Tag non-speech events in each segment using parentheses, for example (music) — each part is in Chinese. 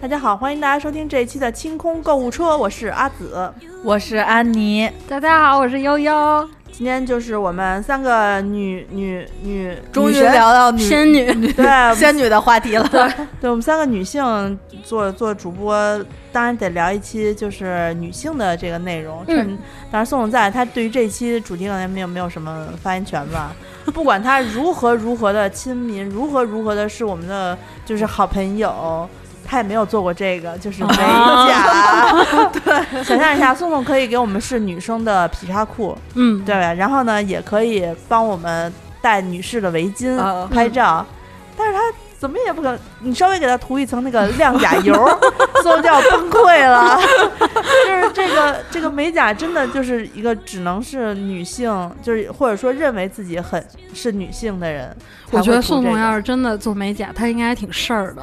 大家好，欢迎大家收听这一期的清空购物车，我是阿紫。我是安妮，大家好，我是悠悠，今天就是我们三个女女女，终于女神聊到女仙女，对仙女的话题了。对，我们三个女性做做主播，当然得聊一期就是女性的这个内容。嗯趁，当然宋总在，他对于这一期主题可能没有没有什么发言权吧。不管他如何如何的亲民，如何如何的是我们的就是好朋友。他也没有做过这个，就是美甲。 (laughs) 对，想象一下，宋宋可以给我们试女生的劈叉裤，嗯，对，然后呢，也可以帮我们戴女士的围巾哦啊拍照，但是他怎么也不可能，你稍微给他涂一层那个亮甲油， (laughs) 所以就要崩溃了。 (laughs) 就是这个这个美甲真的就是一个只能是女性，就是或者说认为自己很是女性的人才我会涂这觉个，得宋宋要是真的做美甲，他应该还挺事儿的。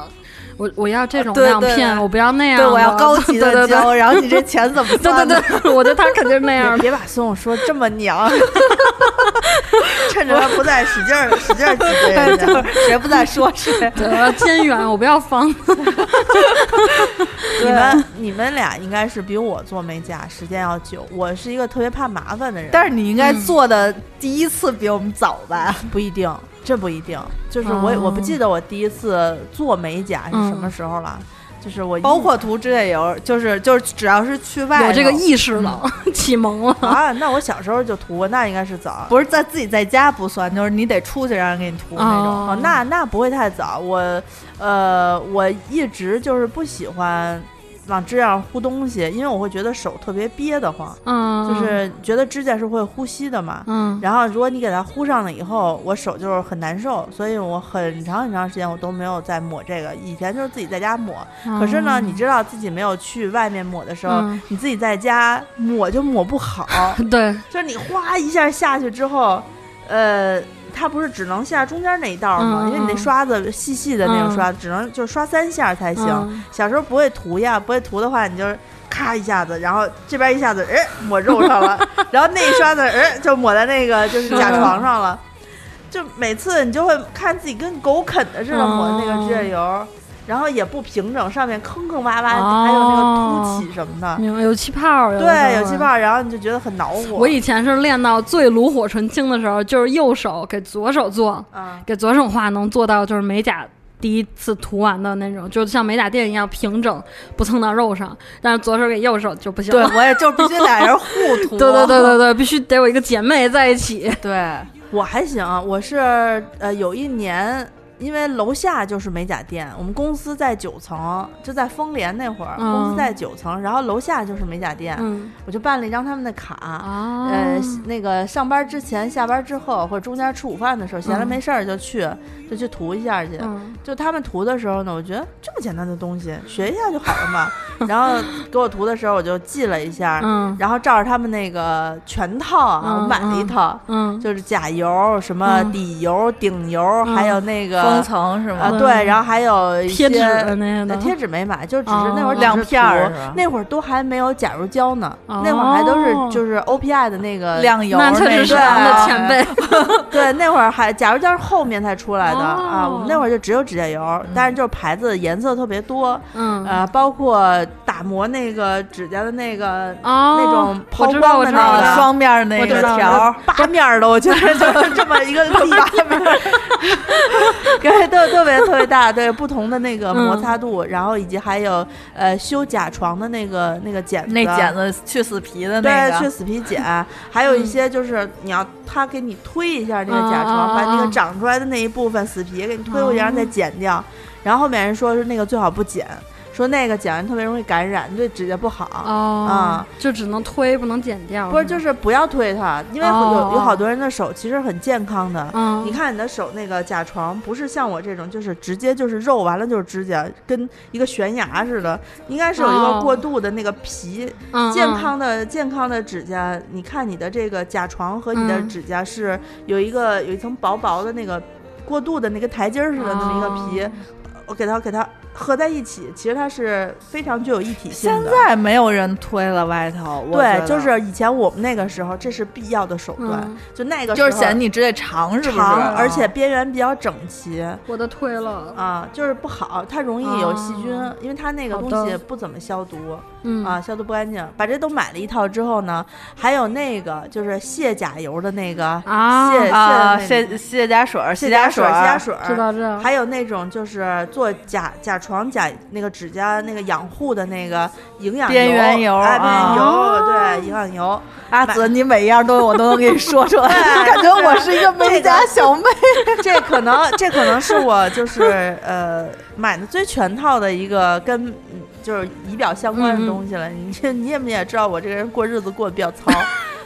我我要这种对亮对片，对我不要那样对，的，我要高 (laughs) 对级的对对教，然后你这钱怎么 (laughs) 对对算？对，对，我觉得他肯定是那样也的。哎别把宋宋说这么 (laughs) 娘，趁着他不在，使劲儿使劲儿挤兑 (laughs) 人家。就是谁不在说谁。对，我要尖圆，我不要方。你们你们俩应该是比我做美甲时间要久，我是一个特别怕麻烦的人，但是你应该做的第一次比我们早嗯吧？不一定，这不一定，就是我、哦我不记得我第一次做美甲是什么时候了，就是我嗯包括涂指甲油，就是就是只要是去外有这个头意识了， (laughs) 启蒙了。啊，那我小时候就涂过，那应该是早，不是在自己在家不算，就是你得出去让人给你涂那种。哦，那那不会太早，我呃我一直就是不喜欢往指甲上糊东西，因为我会觉得手特别憋得慌，嗯，就是觉得指甲是会呼吸的嘛，嗯然后如果你给它糊上了以后，我手就是很难受，所以我很长很长时间我都没有再抹这个。以前就是自己在家抹，嗯，可是呢，你知道自己没有去外面抹的时候，嗯你自己在家抹就抹不好，对，就是你哗一下下去之后，呃，它不是只能下中间那一道吗？嗯因为你那嗯刷子细细的那种嗯刷，子，只能就是刷三下才行。嗯小时候不会涂呀，不会涂的话，你就是咔一下子，然后这边一下子，哎，抹肉 (laughs) 上了，然后那一刷子，哎，就抹在那个就是甲床上了。嗯就每次你就会看自己跟狗啃的似的抹那个嗯指甲油，然后也不平整，上面坑坑洼洼，哦还有那个凸起什么的。明白有气泡儿，的时对，候有气泡，。然后你就觉得很恼火。我以前是练到最炉火纯青的时候，就是右手给左手做，啊，给左手画能做到就是美甲第一次涂完的那种，就像美甲店一样平整，不蹭到肉上。但是左手给右手就不行对，我也就必须俩人互涂。 (laughs) 对对对对对，必须得有一个姐妹在一起。对，我还行，我是呃有一年。因为楼下就是美甲店，我们公司在九层，就在丰联那会儿，嗯公司在九层，然后楼下就是美甲店，嗯我就办了一张他们的卡。啊呃，那个上班之前、下班之后，或者中间吃午饭的时候，闲着嗯没事儿就去，就去涂一下去。嗯就他们涂的时候呢，我觉得这么简单的东西学一下就好了嘛。然后给我涂的时候，我就记了一 (laughs) 下，嗯然后照着他们那个全套啊，嗯我买了一套。嗯，就是甲油、什么嗯底油、顶油，还有那个封层是啊，吗？嗯对，然后还有一贴些纸的那些呃的贴纸没买，就只是哦那会儿只是亮片儿涂是吧那会儿都还没有甲油胶呢，哦那会儿还都是就是 OPI 的那个亮油那确实是种咱们的前辈。 (laughs) 对，那会儿还甲油胶是后面才出来的、啊，哦我们那会儿就只有指甲油，但是就是牌子颜色特别多，嗯呃，包括打磨那个指甲的那个。哦，那种抛我知道光我的知那道个啊，的双面儿那我个知道条儿，八面儿的，我觉得就是 (laughs) 这么一个地八面 (laughs) 儿，感觉特特别特别大，对不同的那个嗯摩擦度，然后以及还有呃修甲床的那个那个剪子，那剪子去死皮的那对个，嗯去死皮剪，还有一些就是你要他给你推一下那个甲啊啊床，啊把那啊嗯个长出来的那一部分死皮给你推过去，然后再剪掉。然后后面人说是那个最好不剪，说那个剪完特别容易感染，对指甲不好。哦啊，就只能推不能剪掉，不是，就是是不要推它，因为有、哦有好多人的手其实很健康的。嗯，你看你的手那个甲床，不是像我这种，就是直接就是肉，完了就是指甲，跟一个悬崖似的，应该是有一个哦过渡的那个皮。嗯健嗯康的健康的指甲，你看你的这个甲床和你的嗯指甲是有一个、哦有一层薄薄的那个过渡的那个台阶儿似的那么一个皮，我给它给它合在一起，其实它是非常具有一体性现的。在没有人推了外头，我觉对，得就是以前我们那个时候，这是必要的手段，嗯就那个时就候是显得你指甲长，是不是？啊长，而且边缘比较整齐我的退了，啊，就是不好，它容易有细菌，哦因为它那个好东的西不怎么消毒嗯啊，消毒不干净。把这都买了一套之后呢，还有那个就是卸甲油的那个啊卸啊，卸卸卸甲水儿，卸甲水，儿，卸甲水，知道知道，还有那种就是做甲甲床甲那个指甲那个养护的那个营养边缘油哎，边啊缘油、哦对营养油，阿买紫，你每一样东西我都能给你说出来， (laughs) 感觉我是一个这美个甲小妹。 (laughs) 这可能这可能是我就是呃买的最全套的一个跟嗯就是仪表相关嗯的东西了。你这你们也知道我这个人过日子过得比较糙，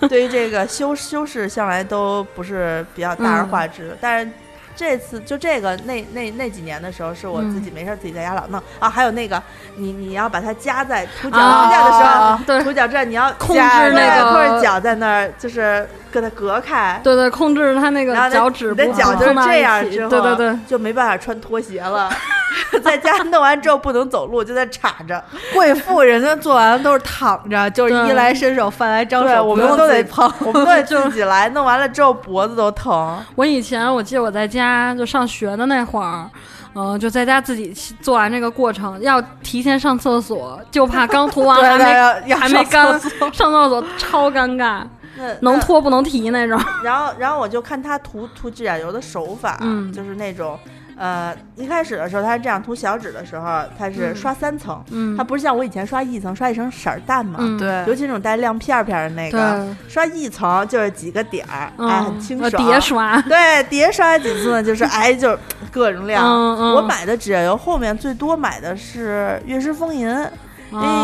对于这个修修饰向来都不是比较大嗯而化之，但是。这次就这个那那那几年的时候，是我自己嗯没事儿自己在家老弄、啊。还有那个，你你要把它夹在涂脚啊指甲的时候，啊对涂脚趾甲你要控夹制那个对或者脚在那儿，就是给它隔开，对对，控制它那个然后那脚趾你不的脚就是碰到这样一起之后，对对对，，就没办法穿拖鞋了。 (laughs) 在家弄完之后不能走路，就在叉着。 (laughs) 贵妇人家做完了都是躺着，就是对衣来伸手，饭来张对手，我不们用都自得己碰。我们都 (laughs) 得自己来，弄完了之后脖子都疼。我以前我记得我在家就上学的那会儿，嗯、就在家自己做完这个过程，要提前上厕所，就怕刚涂 (laughs) 完还对对，没要要还没上干，厕所上厕所超尴尬，那能那拖不能提那种。然后，然后我就看他涂涂指甲油的手法，啊嗯就是那种，呃，一开始的时候他是这样涂小指的时候，他是嗯刷三层，嗯他，不是像我以前刷一层，刷一层色儿淡嘛，嗯对尤其那种带亮片儿片儿的那个，对，刷一层就是几个点儿，嗯，哎，很清呃爽。叠刷， (laughs) 对，叠刷几次呢？就是哎，就是各种亮。嗯嗯我买的指甲油后面最多买的是悦诗风吟，因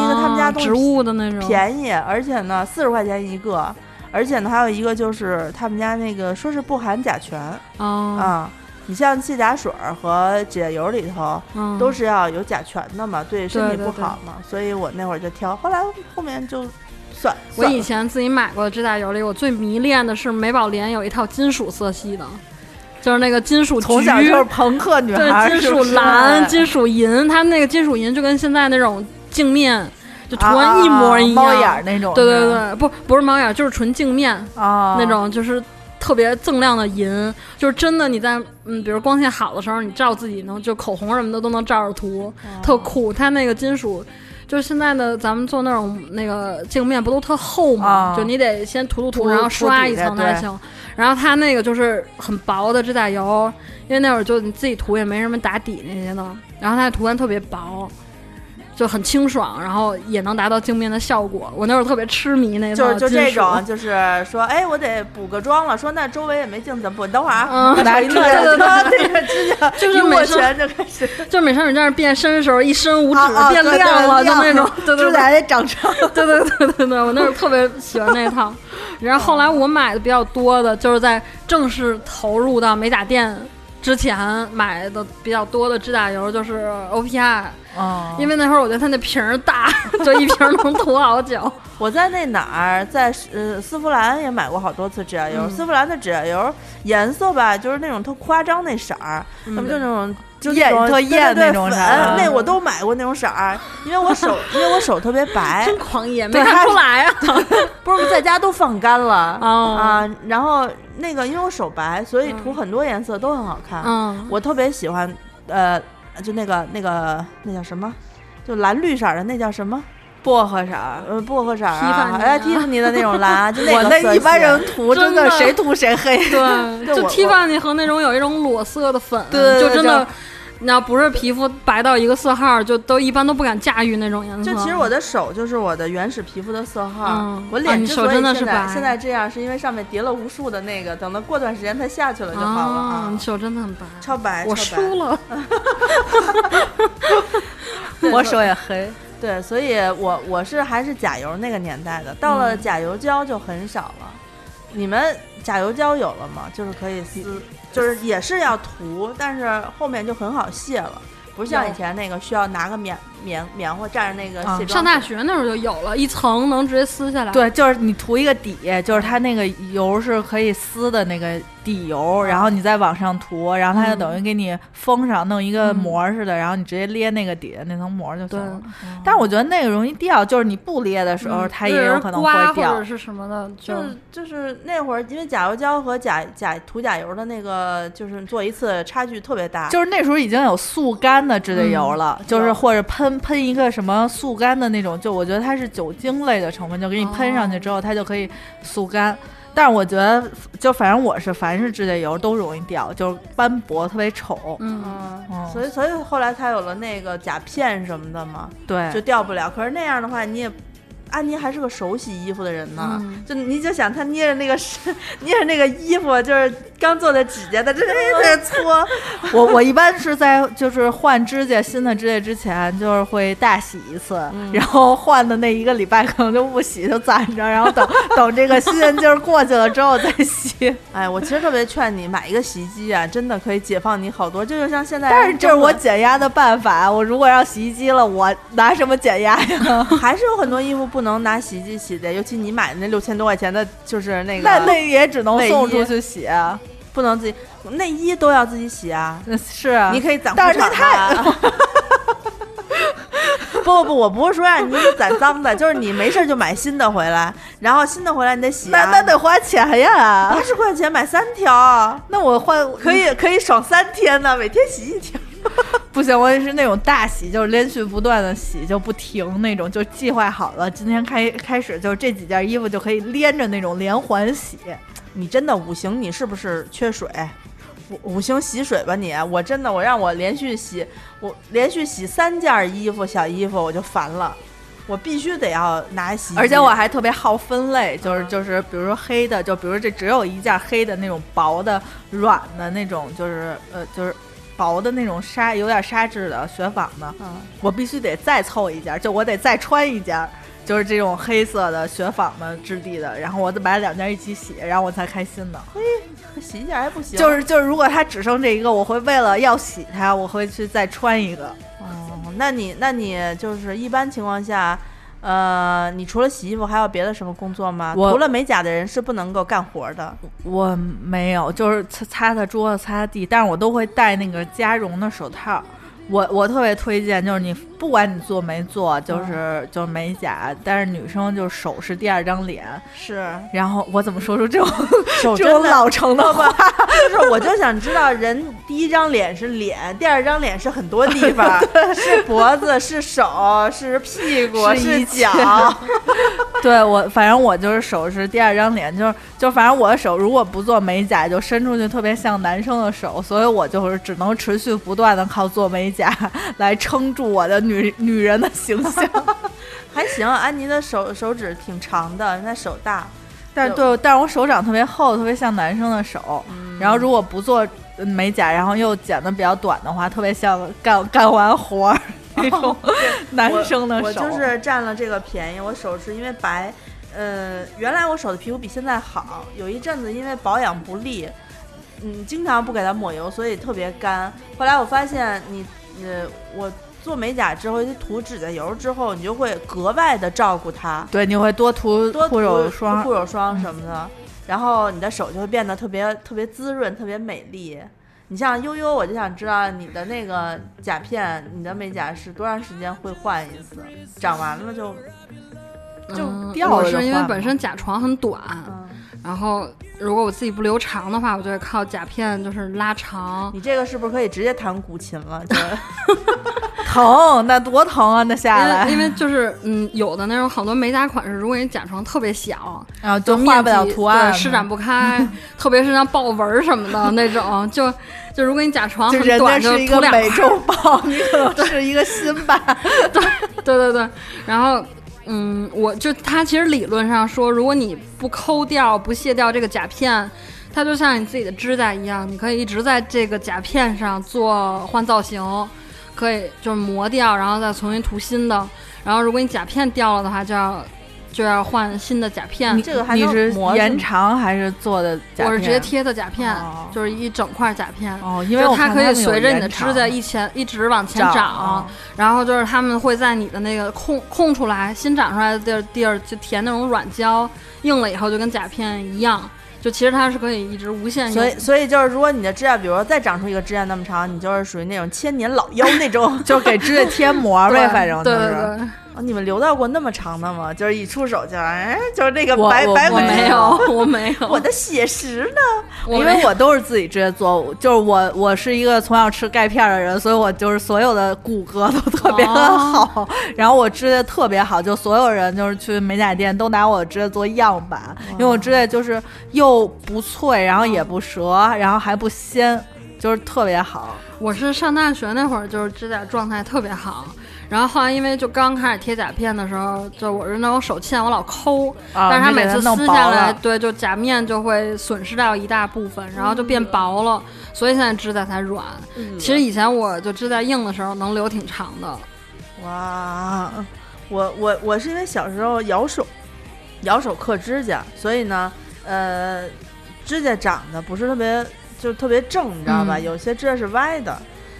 个他们家东西嗯植物的那种，便宜，而且呢四十块钱一个，而且呢还有一个就是他们家那个说是不含甲醛啊、啊，你像卸甲水儿和指甲油里头嗯都是要有甲醛的嘛，对身体对不对好嘛，所以我那会儿就挑，后来后面就算我算以了前自己买过的指甲油里，我最迷恋的是美宝莲有一套金属色系的，就是那个金属从小橘就是朋克女孩儿，对，金是不属是啊蓝、金属银，它那个金属银就跟现在那种镜面就图啊案一模一样，猫眼儿那种，对对，对，不不是猫眼儿，就是纯镜面、哦啊，那种，就是特别锃亮的银，就是真的你在嗯，比如光线好的时候，你照自己能就口红什么的都能照着涂，哦特酷。它那个金属。就是现在的，咱们做那种那个镜面不都特厚吗？啊就你得先涂涂涂，哦涂然后涂刷底一的层才对行。然后它那个就是很薄的指甲油，因为那会儿就你自己涂也没什么打底那些的，然后它的图案特别薄，就很清爽，然后也能达到镜面的效果。我那会儿特别痴迷那就套是就金这属种，就是说，哎，我得补个妆了。说那周围也没镜子，怎么补？等会儿啊，嗯，拿拿一一 (laughs) 啊个个对对对对，指甲就是一握美声拳就开始，就是美少女战士变身的时候，一身五指啊啊变对对亮了，就亮那种，对对指对甲得长长，对对对对对，我那会儿特别喜欢那套。然后后来我买的比较多的，就是在正式投入到美甲店之前买的比较多的指甲油，就是 OPI，嗯因为那会儿我觉得它那瓶儿大， (laughs) 就一瓶儿能涂好久。我在那哪儿，在呃丝芙兰也买过好多次指甲油。嗯丝芙兰的指甲油颜色吧，就是那种特夸张那色儿，嗯要么就那种就艳那种啊特对对艳对那种色粉哎儿，那我都买过那种色儿，因为我 (laughs) 手因为我手特别白，真 (laughs) 狂野，没对看它出来啊！不是在家都放干了 (laughs) 哦啊。然后那个因为我手白，所以涂嗯很多颜色都很好看。嗯，我特别喜欢，呃，就那个那个那叫什么，就蓝绿色儿的那叫什么？薄荷色儿。呃，薄荷色儿 Tiffany 啊，啊哎，Tiffany 的那种蓝 (laughs) 啊，就我个那色一般系人涂真真的的谁涂谁黑， (laughs) 对，对就我 Tiffany 和那种有一种裸色的粉，对对对就真的，你要不是皮肤白到一个色号，就都一般都不敢驾驭那种颜色。啊就其实我的手就是我的原始皮肤的色号，嗯我啊脸你之手所以真的现在是白现在这样，是因为上面叠了无数的那个，等到过段时间它下去了就好了啊，啊你，手真的很白，超白，我超白输了。我手也黑。对，所以我我是还是甲油那个年代的，到了甲油胶就很少了。你们甲油胶有了吗？就是可以撕，就是也是要涂，但是后面就很好卸了，不像以前那个需要拿个棉棉棉花蘸着那个啊卸妆水。上大学那会儿就有了，一层能直接撕下来。对，就是你涂一个底，就是它那个油是可以撕的那个底油，然后你在往上涂，然后它就嗯等于给你封上，弄一个嗯膜儿似的，然后你直接捏那个底下那层膜儿就行对，了。但是我觉得那个容易掉，嗯就是你不捏的时候，嗯它也有可能会刮或掉者。是什么的，就就是就是那会儿，因为甲油胶和甲甲涂甲油的那个，就是做一次差距特别大。就是那时候已经有速干的指甲油了，就是或者喷喷一个什么速干的那种，就我觉得它是酒精类的成分，就给你喷上去之后，它就可以速干。但是我觉得，就反正我是凡是指甲油都容易掉，就是斑驳，特别丑。嗯，嗯，嗯所以所以后来才有了那个甲片什么的嘛，对，就掉不了。可是那样的话，你也，安妮还是个手洗衣服的人呢。嗯就你就想她捏着那个 (laughs) 捏着那个衣服，就是刚做的指甲的，这这在搓，我我一般是在就是换指甲新的指甲之前，就是会大洗一次，然后换的那一个礼拜可能就不洗，就攒着，然后等等这个新鲜劲儿过去了之后再洗。哎，我其实特别劝你买一个洗衣机啊，真的可以解放你好多。这就像现在，但是这是我减压的办法，啊我如果让洗衣机了，我拿什么减压 (laughs) 呀？还是有很多衣服不能拿洗衣机洗的，尤其你买的那六千多块钱的，就是那个那那也只能送内出衣去洗啊，不能自己内衣都要自己洗啊。 (laughs) 那是啊，你可以攒但裤是那衩太吧。 (laughs) 不不不，我不是说让你攒脏的，就是你没事就买新的回来，然后新的回来你得洗、那啊。那得花钱嗯呀八。十块钱买三条， (laughs) 那我换可以可以爽三天呢，每天洗一条。不行，我也是那种大洗，就是连续不断的洗，就不停那种，就计划好了，今天开开始就这几件衣服就可以连着那种连环洗。你真的五行，你是不是缺水？五五行洗水吧你！我真的，我让我连续洗，我连续洗三件衣服小衣服我就烦了，我必须得要拿洗衣机。而且我还特别好分类，就是就是，比如说黑的，就比如这只有一件黑的那种薄的、软的那种，就是呃就是薄的那种纱，有点纱质的雪纺的，嗯我必须得再凑一件，就我得再穿一件。就是这种黑色的雪纺的质地的，然后我得把两件一起洗，然后我才开心呢。洗一件还不行，就是就是，如果它只剩这一个，我会为了要洗它，我会去再穿一个。哦，那你那你就是一般情况下，呃，你除了洗衣服还有别的什么工作吗？我嗯涂了美甲的人是不能够干活的。我没有，就是擦擦擦桌子、擦擦地，但是我都会戴那个加绒的手套。我我特别推荐，就是你不管你做没做，嗯就是就是美甲，但是女生就是手是第二张脸。是，然后我怎么说出这种手 (laughs) 这真种的老成 (laughs) 的话？就是我就想知道，人第一张脸是脸，第二张脸是很多地方， (laughs) 是脖子，是手，是屁股，是是一切脚。 (laughs) 对我，反正我就是手是第二张脸，就是就反正我的手如果不做美甲，就伸出去特别像男生的手，所以我就是只能持续不断的靠做美甲 (laughs) 来撑住我的女女人的形象。还行，安妮的手手指挺长的，人家手大。但是对，但是我手掌特别厚，特别像男生的手。嗯然后如果不做呃美甲，然后又剪的比较短的话，特别像干干完活 (laughs) 儿哎那种 (laughs) 男生的手。我就是占了这个便宜，我手是因为白，呃，原来我手的皮肤比现在好，有一阵子因为保养不力，嗯，经常不给它抹油，所以特别干。后来我发现你，呃，我做美甲之后，涂指甲油之后，你就会格外的照顾它，对，你会多涂多涂护手霜嗯护。手霜什么的，然后你的手就会变得特别特别滋润，特别美丽。你像悠悠，我就想知道你的那个甲片，你的美甲是多长时间会换一次？长完了就，就嗯掉我了就是因为换本嘛身甲床很短，嗯，然后如果我自己不留长的话，我就会靠甲片就是拉长。你这个是不是可以直接弹古琴了？ (laughs) 就疼，那多疼啊！那下因来为，因为就是嗯，有的那种好多美甲款式，如果你甲床特别小，然后就面画不了积图案，对施展不开，特别是像豹纹儿什么的那种，就就如果你甲床就很人家短，就是一涂个两块美儿，洲豹，你可 (laughs) 能是一个新版。对对对，然后。嗯，我就它其实理论上说，如果你不抠掉、不卸掉这个甲片，它就像你自己的指甲一样，你可以一直在这个甲片上做换造型，可以就是磨掉，然后再重新涂新的。然后如果你甲片掉了的话，就要就要换新的甲片。这个还你能是磨延吗长还是做的甲片？我是直接贴的甲片，哦就是一整块甲片。哦，因因为我它看可以们有随着你的延指长甲一前一直往前长，哦。然后就是他们会在你的那个空空出来新长出来的地儿地儿就填那种软胶，硬了以后就跟甲片一样，就其实它是可以一直无限用所以，所以就是，如果你的指甲，比如说再长出一个指甲那么长，你就是属于那种千年老妖那种 (laughs) 就给指甲贴膜呗，反正就 (laughs) 对是。对对，哦你们留到过那么长的吗？就是一出手就哎，就是那个我白 (laughs) 我白我纹没身有，我没有，我的血石呢？我因没为有我都是自己直接做，就是我我是一个从小吃钙片的人，所以我就是所有的骨骼都特别的哦好， (laughs) 然后我指甲特别好，就所有人就是去美甲店都拿我指甲做样板，因为我指甲就是又不脆，然后也不折，然后还不鲜，就是特别好。我是上大学那会儿，就是指甲状态特别好。然后后来因为就刚开始贴甲片的时候，就我是那种手欠，我老抠，啊但是它你给每它次弄撕薄下来，了对，就甲面就会损失掉一大部分，然后就变薄了，所以现在指甲才软。嗯 (laughs) 嗯其实以前我就指甲硬的时候能留挺长的，哇，我我我是因为小时候咬手，咬手刻指甲，所以呢，呃，指甲长得不是特别，就特别正，你知道吧？嗯有些指甲是歪的，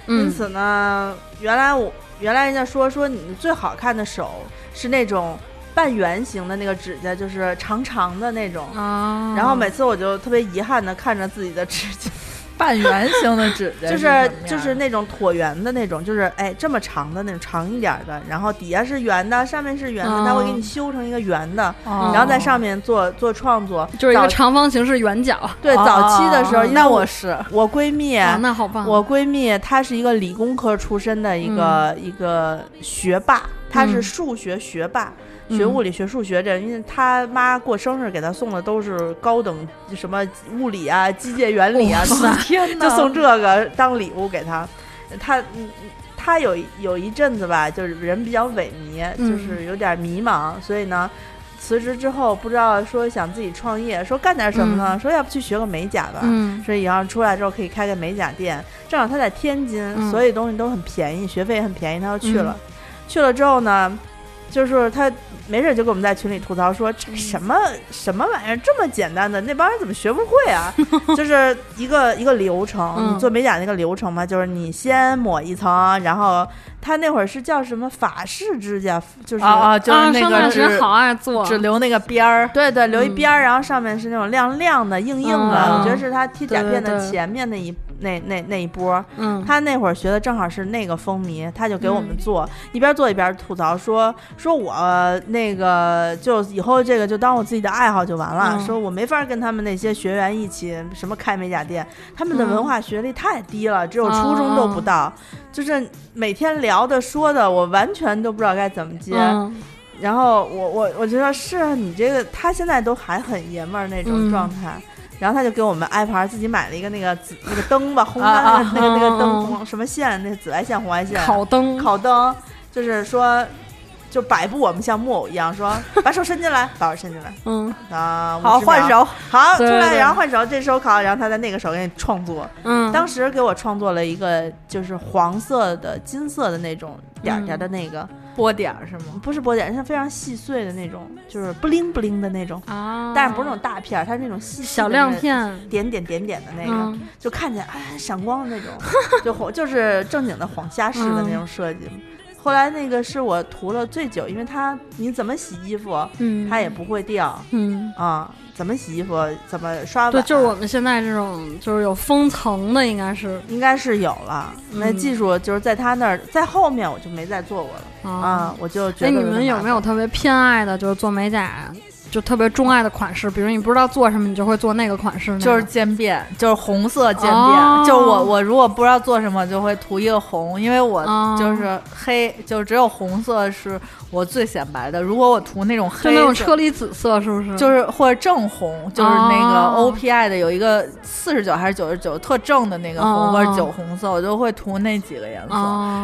因嗯，此呢，原来我原来人家说说你最好看的手是那种半圆形的那个指甲，就是长长的那种。啊，然后每次我就特别遗憾的看着自己的指甲，半圆形的指 (laughs) 甲就是什就么是样那种椭圆的那种，就是哎这么长的那种长一点的，然后底下是圆的，上面是圆的，嗯它会给你修成一个圆的，哦然后在上面做做创作。就是一早个长方形是圆角，对哦早期的时候，因为那哦我是我闺蜜啊，那好棒，我闺蜜她是一个理工科出身的一个、嗯一个学霸，她是数学学霸，嗯学物理、学数学这，因为她妈过生日给她送的都是高等什么物理啊、机械原理啊，天 (laughs) 就送这个当礼物给她。她嗯她有一有一阵子吧，就是人比较萎靡，嗯就是有点迷茫，所以呢。辞职之后，不知道说想自己创业，说干点什么呢？说要不去学个美甲吧。嗯所以然后出来之后可以开个美甲店。正好他在天津，嗯所以东西都很便宜，学费也很便宜，他就去了。去了之后呢，就是他没事就跟我们在群里吐槽说，这什么嗯什么玩意儿，这么简单的，那帮人怎么学不 (laughs) 会啊？就是一个一个流程，嗯你做美甲那个流程嘛，就是你先抹一层，然后他那会儿是叫什么法式指甲，就是啊啊，就是啊，那上大个学只好嗯爱做，只留那个边儿，对对，留一边儿，然后上面是那种亮亮的、硬硬的，嗯我觉得是他贴甲片对的对对前面那一那那那一波儿。嗯，他那会儿学的正好是那个风靡，他就给我们嗯做，一边做一边吐槽说说我呃那个就以后这个就当我自己的爱好就完了，嗯说我没法跟他们那些学员一起什么开美甲店，他嗯们的文化学历太低了，只有初中啊都不到，就是每天聊的说的，我完全都不知道该怎么接。嗯然后我我我觉得是啊你这个，他现在都还很爷们儿那种嗯状态。然后他就给我们 iPad 自己买了一个那个紫那个灯吧，红啊外那个那啊个那个灯嗯红什么线，那紫外线红 (laughs) 外线烤灯，烤灯，就是说就摆布我们像木偶一样，说把手伸进来，把手伸进来嗯啊， (laughs) 好50秒换，手，好出对来，对然后换手，这手烤，然后他在那个手给你创作。嗯，当时给我创作了一个就是黄色的金色的那种点儿点儿的那个，波点儿是嗯吗？不是薄点，是非常细碎的那种，就是不灵不灵的那种，啊，但是不是那种大片儿，它是那种细细的小亮，片，点点点点的那个，嗯就看起来哎闪光的 (laughs) 那种，就黄就是正经的黄虾式的那种设计。嗯后来那个是我涂了最久，因为它你怎么洗衣服嗯，它也不会掉嗯。啊、怎么洗衣服怎么刷碗，对，就是我们现在这种就是有封层的，应该是应该是有了。那嗯技术就是在他那儿，在后面我就没再做过了啊、。我就觉哎，得你们有没有特别偏爱的，就是做美甲就特别钟爱的款式？比如你不知道做什么，你就会做那个款式那个。就是渐变，就是红色渐变。哦就我我如果不知道做什么，就会涂一个红，因为我哦就是黑，就只有红色是我最显白的。如果我涂那种黑色，就那种车厘子色，是不是？就是是或者正红，就是那个哦 OPI 的有一个四十九还是九十九特正的那个红、哦或者酒红色，我就会涂那几个颜色。嗯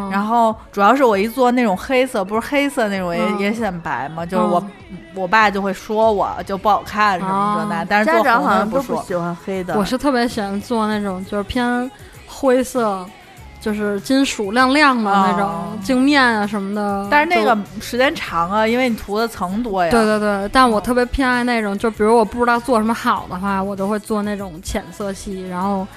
哦，然后主要是我一做那种黑色，不是黑色那种也、嗯也显白嘛，就是我、嗯我爸就会说我就不好看什么这那，哦但是家做长红好的像不都不说。喜欢黑的，我是特别喜欢做那种就是偏灰色，就是金属亮亮的那哦种镜面啊什么的。但是那就个时间长啊，因为你涂的层多呀。对对对，但我特别偏爱那种，就比如我不知道做什么好的话，我就会做那种浅色系，然后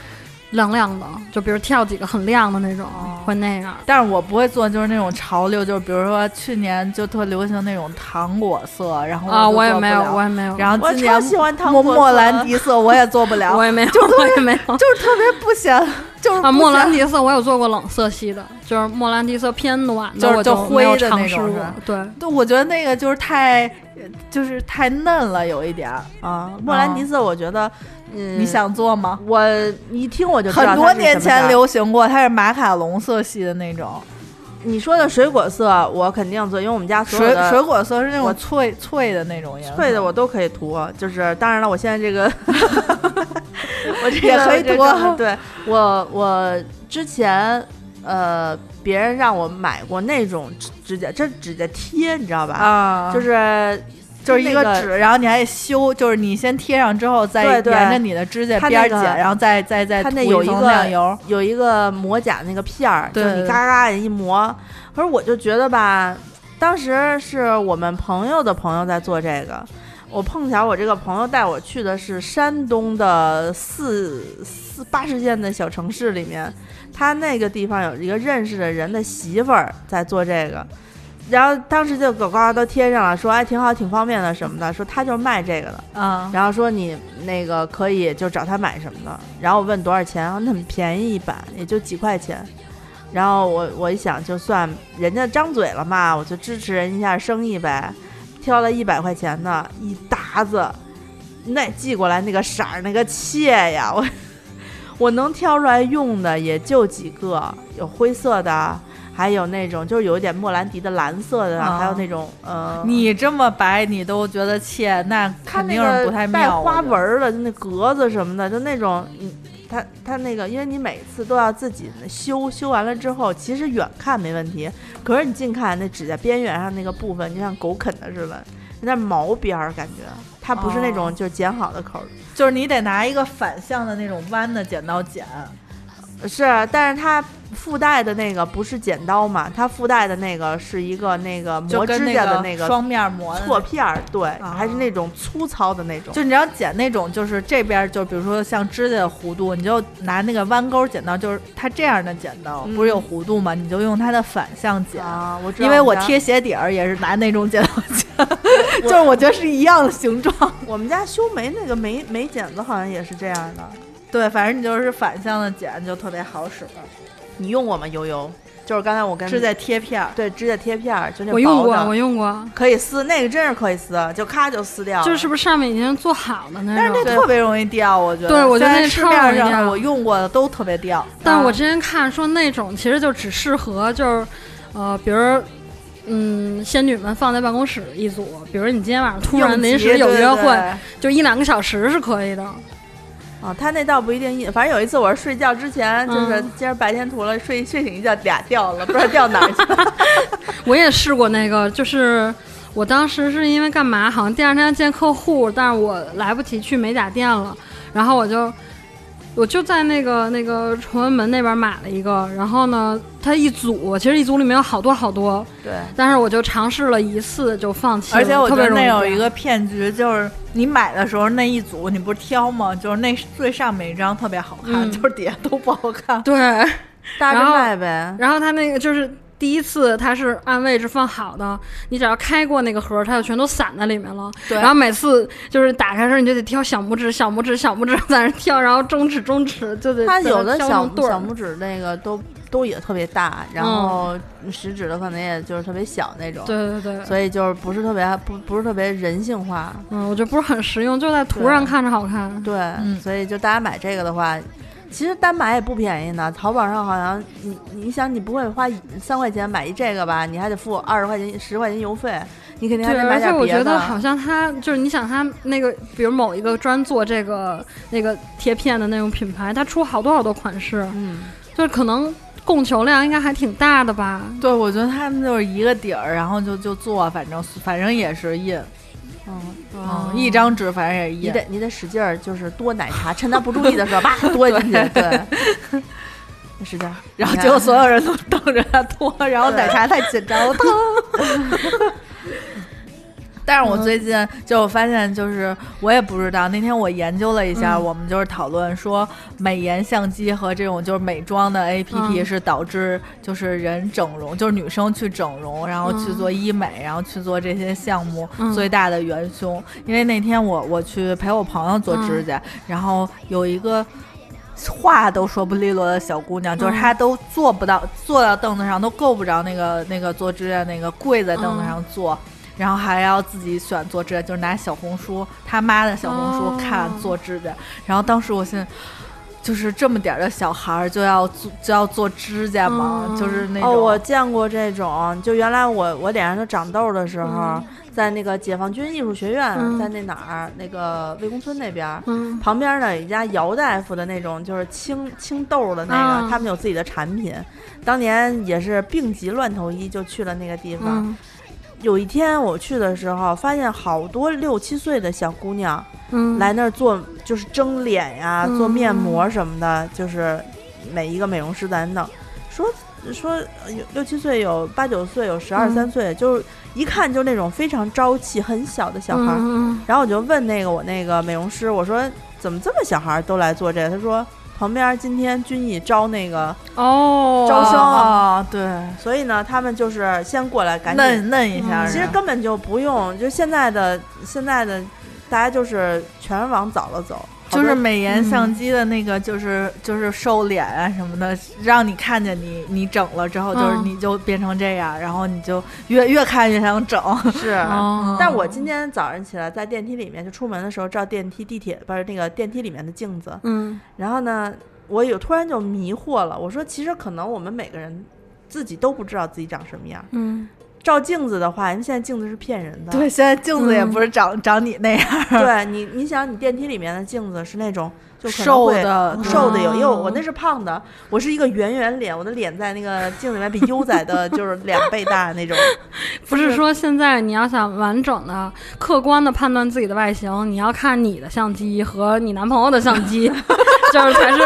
亮亮的，就比如跳几个很亮的那种，哦会那样。但是我不会做，就是那种潮流，就是比如说去年就特流行那种糖果色，然后啊，哦我我就也没做不有，了我也没有，然后我啊今年超喜欢糖莫果莫色兰迪色 (laughs) 我也做不了 (laughs) 我，也没有，我也没有。就是特别不 (laughs) 显，就是啊，不莫显兰迪色我有做过冷色系的，就是莫兰迪色偏暖的，就是我就没有灰的那尝试种是过吧。对，对，我觉得那个就是太，呃就是太嫩了，有一点儿。啊。莫兰迪色，我觉得，嗯，你，想做吗？我一听我就知道很它多是年什么前色儿流行过，它是马卡龙色系的那种，你说的水果色，我肯定做，因为我们家所有水的水果色是那我种脆脆的那种颜色，脆的我都可以涂，就是当然了，我现在这 (laughs) 个我这个也可以这个涂啊状态对我我之前呃，别人让我买过那种指指甲，这指甲贴你知道吧？啊，就是就是一那个个纸，然后你还得修，就是你先贴上之后，再对对沿着你的指甲它边儿那剪，个然后再再再它涂那有一一层个亮油，有一个磨甲那个片儿，就对是你嘎嘎一磨。可是我就觉得吧，当时是我们朋友的朋友在做这个，我碰巧我这个朋友带我去的是山东的四四八十线的小城市里面，他那个地方有一个认识的人的媳妇儿在做这个。然后当时就广告都贴上了，说哎挺好，挺方便的什么的，说他就是卖这个的。啊，然后说你那个可以就找他买什么的，然后我问多少钱，啊那很便宜一版，也就几块钱。然后我我一想，就算人家张嘴了嘛，我就支持人一下生意呗。挑了一百块钱的一沓子，那寄过来那个色儿那个切呀，我我能挑出来用的也就几个，有灰色的，还有那种就是有一点莫兰迪的蓝色的，啊还有那种呃，你这么白，你都觉得切，那它肯那定是不太个带妙。啊花我觉得纹儿的，就那格子什么的，就那种，嗯，它它那个，因为你每次都要自己修，修完了之后，其实远看没问题，可是你近看那指甲边缘上那个部分，就像狗啃的似的，有点毛边儿感觉，它不是那种哦就是剪好的口儿，就是你得拿一个反向的那种弯的剪刀剪，呃是，但是它附带的那个不是剪刀嘛，它附带的那个是一个那个就磨跟指甲的那那个双面磨的那错片儿，对，啊还是那种粗糙的那种。就你要剪那种，就是这边儿就比如说像指甲的弧度，你就拿那个弯钩剪刀，就是它这样的剪刀，嗯不是有弧度吗？你就用它的反向剪。啊，我知道因为我我们家贴鞋底儿也是拿那种剪刀剪， (laughs) 就是我觉得是一样的形状。我们家修眉那个眉眉剪子好像也是这样的。 (laughs) 对，反正你就是反向的剪，就特别好使。你用过吗？悠悠，就是刚才我跟指甲贴片儿，对指甲贴片儿，就那我用薄过的，我用啊过，可以撕，那个真是可以撕，就咔就撕掉了。就是是不是上面已经做好的那种？但是那特别容易掉，我觉得。对我觉得虽然那市超面容易上掉的我用过的都特别掉。但我之前看说那种其实就只适合就是，呃，比如，嗯，仙女们放在办公室一组，比如你今天晚上突然应急临时有对约对会，对就一两个小时是可以的。啊，他那倒不一定一，反正有一次我是睡觉之前，就是嗯今儿白天涂了，睡睡醒一觉俩掉了，不知道掉 (laughs) 哪儿去了。我也试过那个，就是我当时是因为干嘛，好像第二天要见客户，但是我来不及去美甲店了，然后我就。我就在那个那个崇文门那边买了一个，然后呢，它一组，其实一组里面有好多好多，对，但是我就尝试了一次就放弃了，而且我特觉别得容易那有掉一个骗局，就是你买的时候那一组你不是挑吗？就是那最上面一张特别好看，嗯就是底下都不好 (laughs) 看。对，搭着然后卖呗。然后它那个就是第一次，它是按位置放好的，你只要开过那个盒儿，它就全都散在里面了。对然后每次就是打开的时候，你就得挑小拇指、小拇指、小拇指在那儿挑，然后中指、中指就得它有的挑小成对儿小拇指那个都都也特别大，然后食指的可能也就是特别小那种，嗯对对对，所以就是不是特别不不是特别人性化。嗯，我觉得不是很实用，就在图对上看着好看。对，所以就大家买这个的话，其实单买也不便宜呢。淘宝上好像你你想你不会花三块钱买一这个吧？你还得付二十块钱、十块钱邮费，你肯定还对，得而买且点我别觉得的。好像它就是你想它那个，比如某一个专做这个那个贴片的那种品牌，它出好多好多款式，嗯，就是可能供求量应该还挺大的吧。对，我觉得他们就是一个底儿，然后就就做，反正反正也是印，嗯，一张纸反正也是你印。得你得使劲儿，就是多奶茶，趁他不注意的 (laughs) 时候，叭多进去，对，使劲儿。然后你结看果所有人都等着他脱，然后奶茶太紧张了，疼。 (laughs) 但是我最近就发现，就是我也不知道，那天我研究了一下，嗯我们就是讨论说，美颜相机和这种就是美妆的 APP 嗯是导致就是人整容，就是女生去整容，然后去嗯做医美，然后去做这些项目嗯最大的元凶。因为那天我我去陪我朋友做指甲，然后有一个。话都说不利落的小姑娘，就嗯是她都坐不到，坐到凳子上都够不着那个那个做指甲那个跪在凳子嗯上坐，然后还要自己选做指甲，就是拿小红书他妈的小红书哦看做指甲。然后当时我现在就是这么点儿的小孩儿就要做就要做指甲嘛，嗯就是那种哦，我见过这种，就原来我我脸上都长痘的时候，嗯在那个解放军艺术学院，嗯在那哪儿，那个魏公村那边儿。嗯旁边呢有一家姚大夫的那种，就是清清痘的那个，啊他们有自己的产品。当年也是病急乱投医，就去了那个地方。嗯有一天我去的时候，发现好多六七岁的小姑娘嗯，来那儿做，就是蒸脸呀、嗯做面膜什么的，就是每一个美容师在那弄，说说呃有六七岁，有八九岁，有十二嗯三岁，就是一看就是那种非常朝气、很小的小孩儿。嗯然后我就问那个我那个美容师，我说怎么这么小孩儿都来做这个？他说旁边今天军艺招那个，嗯哦，招生啊，对，所以呢，他们就是先过来赶紧。嫩嫩一下嗯儿。其实根本就不用，就现在的现在的大家就是全往早了走，好就多嗯是美颜相机的那个，就是就是瘦脸啊什么的，让你看见你你整了之后，就是嗯你就变成这样，然后你就越越看越想整。 (laughs) 是。哦，但我今天早上起来，在电梯里面就出门的时候照电梯、地铁不是那个电梯里面的镜子，嗯然后呢，我有突然就迷惑了。我说，其实可能我们每个人自己都不知道自己长什么样。嗯照镜子的话，因为现在镜子是骗人的。对，现在镜子也嗯不是长、长你那样， (laughs) 对你，你想，你电梯里面的镜子是那种就可能瘦会的嗯对瘦的有，因为我哦那是胖的，我是一个圆圆脸，我的脸在那个镜子里面比优仔的 (laughs) 就是两倍大那种。不是说现在你要想完整的、客观的判断自己的外形，你要看你的相机和你男朋友的相 (laughs) 机，就是才是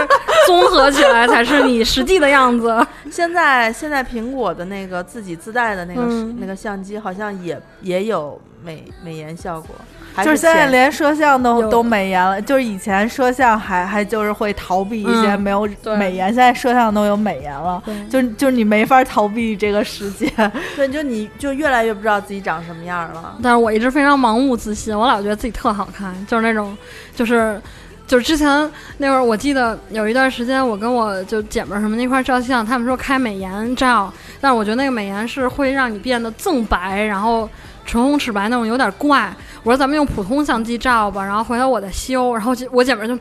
综合起来才是你实际的样子。现在现在苹果的那个自己自带的那个、嗯那个相机好像也也有美美颜效果，还就是现在前连摄像都有都美颜了，就是以前摄像还还就是会逃避一些嗯没有对美颜，现在摄像都有美颜了，对就就是你没法逃避这个世界。对，就你就越来越不知道自己长什么样了。但是我一直非常盲目自信，我老觉得自己特好看，就是那种，就是，就是之前那会儿，我记得有一段时间，我跟我就姐们儿什么那块儿照相，他们说开美颜照，但是我觉得那个美颜是会让你变得锃白，然后唇红齿白那种，有点怪。我说咱们用普通相机照吧，然后回头我再修。然后就我姐们儿就。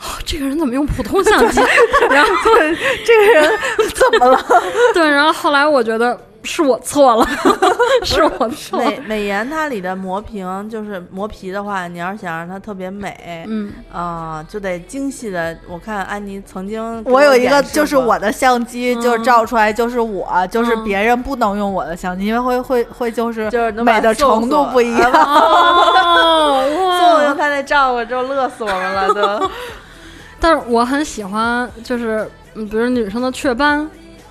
哦，这个人怎么用普通相机？ (laughs) 然后这个人 (laughs) 怎么了？对，然后后来我觉得是我错了， (laughs) 是我错了。美美颜它里的磨平，就是磨皮的话，你要是想让它特别美，嗯，啊、就得精细的。我看安妮曾经给我有一个演示就是过我的相机，嗯就是照出来就是我，就是嗯别人不能用我的相机，因为会会会就是就是能把美的搜程度索啊不一样。哦，宋哇总他那照过之后乐死我们了 (laughs) 都。但是我很喜欢，就是嗯，比如女生的雀斑，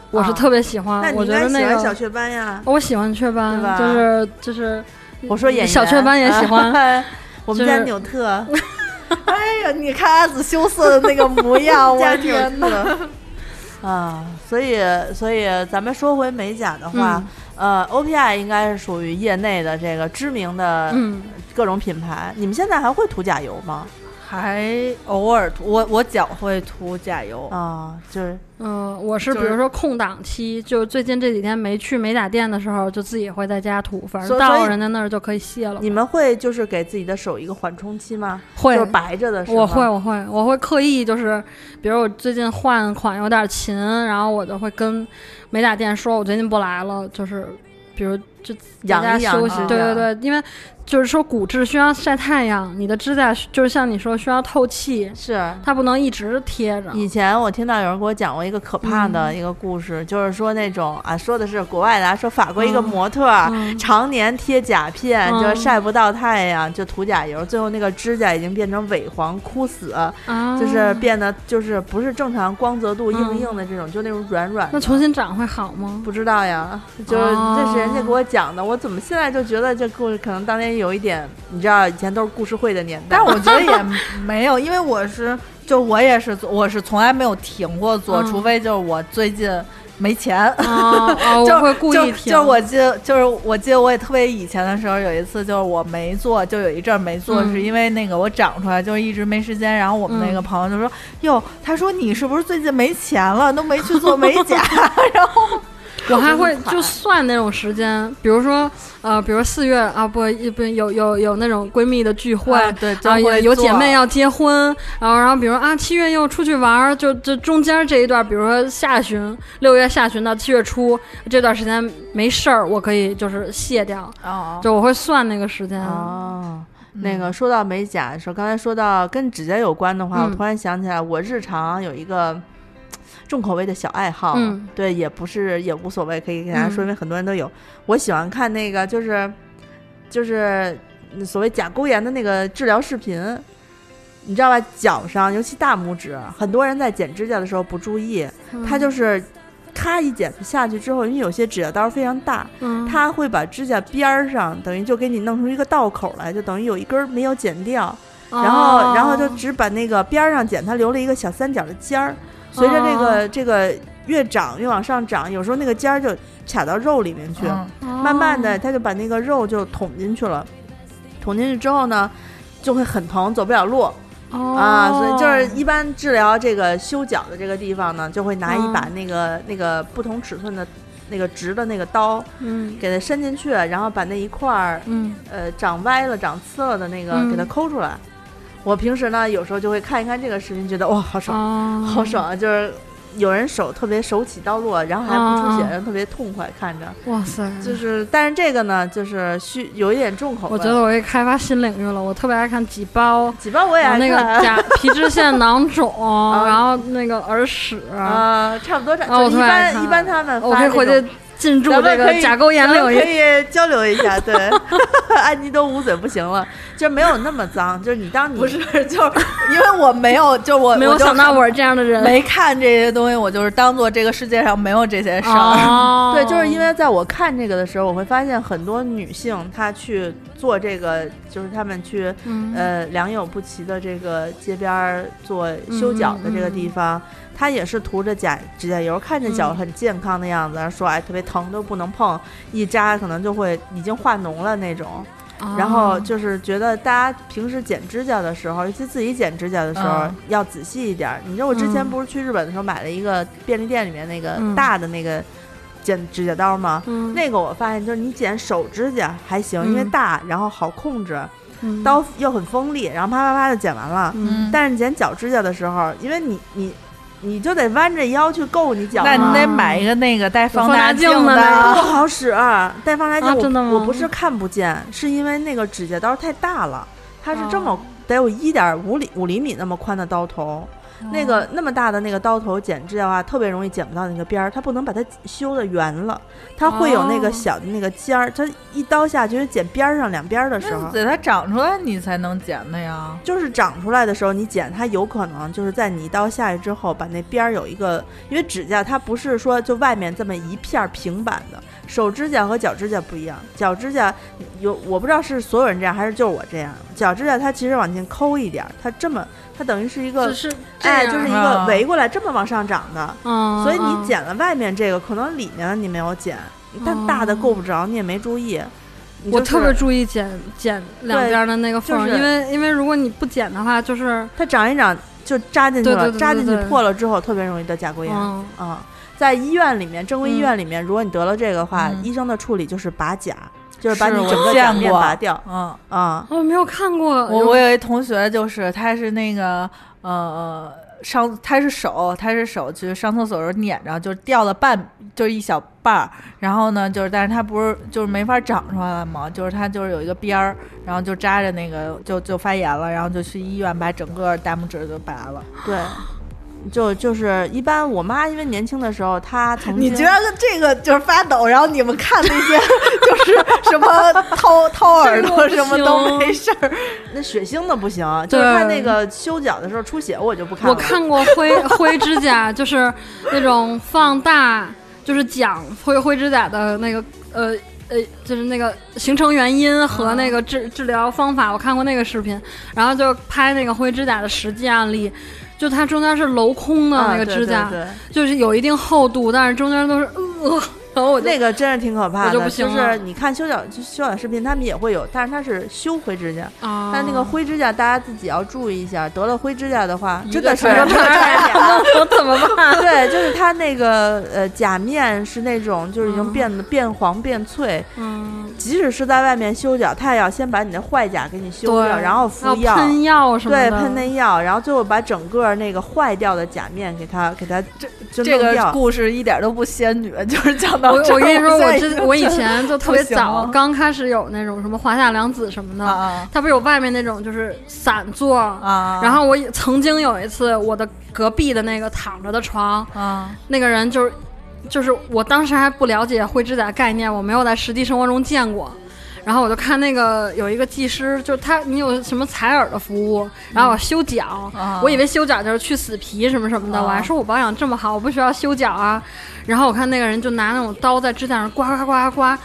我是特别喜欢。啊那你我应觉该得喜那欢小个，哦雀斑呀？我喜欢雀对吧斑，就是就是我说演员小雀斑也喜欢。 (laughs) (laughs) 我们就家是纽特，哎呀，你看阿紫羞涩的那个模 (laughs) 样，家我纽天哪！特。 (laughs) 啊，所以所以咱们说回美甲的话，嗯呃，OPI 应该是属于业内的这个知名的嗯，各种品牌。你们现在还会涂甲油吗？ (laughs) 还偶尔涂，我我脚会涂甲油，啊，就是嗯、我是就比是如说空档期，就最近这几天没去美甲店的时候，就自己会在家涂，反所正以到所以人家那儿就可以卸了。你们会就是给自己的手一个缓冲期吗？会就是白着的时候。我会，我会，我会刻意就是，比如我最近换款有点勤，然后我就会跟美甲店说，我最近不来了，就是比如就在养家一养休息啊。对对对，因为就是说骨质需要晒太阳，你的指甲需就是像你说需要透气，是。它不能一直贴着。以前我听到有人给我讲过一个可怕嗯的一个故事，就是说那种啊，说的是国外的啊，说法国一个模特儿、嗯常年贴甲片，嗯就晒不到太阳，就涂甲油，最后那个指甲已经变成萎黄枯死，啊，就是变得就是不是正常光泽度硬嗯硬的这种，就那种软软的。 (laughs) 那重新长会好吗？哦不知道呀，就是这是人家给我想的，我怎么现在就觉得这故事可能当年有一点，你知道以前都是故事会的年代，但我觉得也没有，因为我是就我也是我是从来没有停过做，嗯除非就是我最近没钱。啊啊！就我会故意就停。就我记得，就是我记得我也特别以前的时候，有一次就是我没做，就有一阵儿没做，嗯是因为那个我长出来，就是一直没时间。然后我们那个朋友就说：“哟，他说你是不是最近没钱了，都没去做美甲？” (laughs) 然后我还会就算那种时间，比如说呃，比如四月啊，不一不有有有那种闺蜜的聚会，啊对就啊有会有做姐妹要结婚，然后然后比如啊七月又出去玩儿，就就中间这一段，比如说下旬六月下旬到七月初这段时间没事儿，我可以就是卸掉，哦嗯就我会算那个时间。哦。嗯那个说到美甲的时候，刚才说到跟指甲有关的话，嗯我突然想起来，我日常有一个嘖重口味的小爱好，嗯对，也不是也无所谓，可以给大家说，嗯因为很多人都有。我喜欢看那个就是就是嗯所谓甲沟炎的那个治疗视频，你知道吧？脚上尤其大拇指，很多人在剪指甲的时候不注意，嗯他就是咔一剪下去之后，因为有些指甲刀非常大，嗯它会把指甲边儿上等于就给你弄出一个倒口来，就等于有一根儿没有剪掉，哦然后、然后就只把那个边儿上剪，它留了一个小三角的尖儿。随着这个、这个越长越往上长，有时候那个尖儿就卡到肉里面去，嗯慢慢的它就把那个肉就捅进去了，捅进去之后呢，就会很疼，走不了路。哦啊，所以就是一般治疗这个修脚的这个地方呢，就会拿一把那个、那个不同尺寸的那个直的那个刀，嗯给它伸进去，然后把那一块儿嗯呃长歪了、长刺了的那个、嗯给它抠出来。我平时呢，有时候就会看一看这个视频，觉得哇，嗯好爽，哦好爽啊！就是有人手特别手起刀落，然后还不出血，哦人特别痛快，看着哇塞，就是。但是这个呢，就是需有一点重口味。嗯我觉得我也开发新领域了，我特别爱看挤包，几包我也然爱后那个看甲皮脂腺囊 (laughs) 肿，然后那个耳屎，啊、差不多差。啊我特就一别爱般看一般他们我可以回去进驻咱这们可个以甲沟炎咱们领可域。以交流一下，对， (laughs) 安妮都捂嘴不行了，就没有那么脏，就是你当你不是，就是因为我没有，就我没我有就想到看我是这样的人，没看这些东西，我就是当做这个世界上没有这些事儿。哦对，就是因为在我看这个的时候，我会发现很多女性她去做这个，就是她们去嗯呃良莠不齐的这个街边儿做修脚的这个地方，她也是涂着甲指甲油，看着脚嗯很健康的样子，然后说哎特别疼都不能碰，一扎可能就会已经化脓了那种。哦然后就是觉得大家平时剪指甲的时候，尤其自己剪指甲的时候嗯要仔细一点儿。你知道我之前嗯不是去日本的时候买了一个便利店里面那个嗯大的那个剪指甲刀吗？嗯那个我发现就是你剪手指甲还行，因为嗯大，然后好控制，嗯刀又很锋利，然后啪啪啪就剪完了。嗯但是你剪脚指甲的时候，因为你你你就得弯着腰去够你脚嘛，那你得买一个那个带放放大大镜镜的那哎不的，好使、带放大镜、啊我真的吗我不是看不见，是因为那个指甲刀太大了，它是这么、哦得有一点五厘五厘米那么宽的刀头，哦那个那么大的那个刀头剪指甲的话，特别容易剪不到那个边儿，它不能把它修的圆了，它会有那个哦小的那个尖儿，它一刀下去剪边儿上两边儿的时那候你。得它长出来你才能剪的呀。就是长出来的时候，你剪它有可能就是在你一刀下去之后，把那边儿有一个，因为指甲它不是说就外面这么一片儿平板的，手指甲和脚指甲不一样，脚指甲有我不知道是所有人这样还是就我这样，脚指甲它其实往前抠一点儿，它这么它等于是一个只是这哎，样就是一啊个围过来这么往上长的，嗯，所以你嗯剪了外面这个，可能里面的你没有剪，但大的够不着，你也没注意。你嗯我就是特别注意剪剪两边的那个缝儿，就是因为因为如果你不剪的话，就是它长一长就扎进去了，对对对扎进去对对破了之后特别容易得甲沟炎啊、嗯在医院里面，正规医院里面，如果你得了这个的话，嗯医生的处理就是拔甲，就是把是你我整个见甲面过拔掉嗯，啊、哦我没有看过，我我有一同学就是，他是那个呃上，他是手，他是手去上厕所的时候撵着，就是掉了半，就是一小半儿。然后呢，就是但是他不是就是没法长出来了嘛，就是他就是有一个边儿，然后就扎着那个就就发炎了，然后就去医院把整个大拇指就拔了。 (sighs) 对。就就是一般，我妈因为年轻的时候，她曾经你觉得这个就是发抖，然后你们看那些就是什么掏掏耳朵这什个我不么行都没事儿，那血腥的不行，就是对她那个修脚的时候出血，我就不看了。我看过 (laughs) 灰灰指甲，就是那种放大，就是讲灰灰指甲的那个呃呃，就是那个形成原因啊和那个治治疗方法，我看过那个视频，然后就拍那个灰指甲的实际案例，就它中间是镂空的啊那个对指对甲，对就是有一定厚度，但是中间都是呃，然后我就那个真是挺可怕我的，就不行是了你看修脚修脚视频，他们也会有，但是他是修灰指甲，啊， (laughs) 但那 (laughs) 个灰指甲大家自己要注意一下，得了灰指甲的话，一真个的是指甲一个指甲我怎么办？ (laughs) 对，就是 (laughs) 它那个呃甲面是那种就是已经嗯变得变黄变脆，嗯，即使是在外面修脚，他也要先把你的坏甲给你修对掉，然后敷要药，喷药什么对，的，喷那药，然后最后把整个那个坏掉的甲面给它给它这这个故事一点都不仙女，就是讲 (laughs) 到我这儿我跟你说，我之我以现在已经前就特别不行了早，刚开始有那种什么华夏良子什么的，啊啊它不是有外面那种就是散座。啊，然后我也曾经有一次，我的隔壁的那个躺着的床，啊那个人就是，就是我当时还不了解灰指甲概念，我没有在实际生活中见过。然后我就看那个有一个技师，就是他，你有什么采耳的服务，然后修脚，啊，我以为修脚就是去死皮什么什么的，啊我还说我保养这么好，我不需要修脚啊。然后我看那个人就拿那种刀在指甲上刮刮刮刮，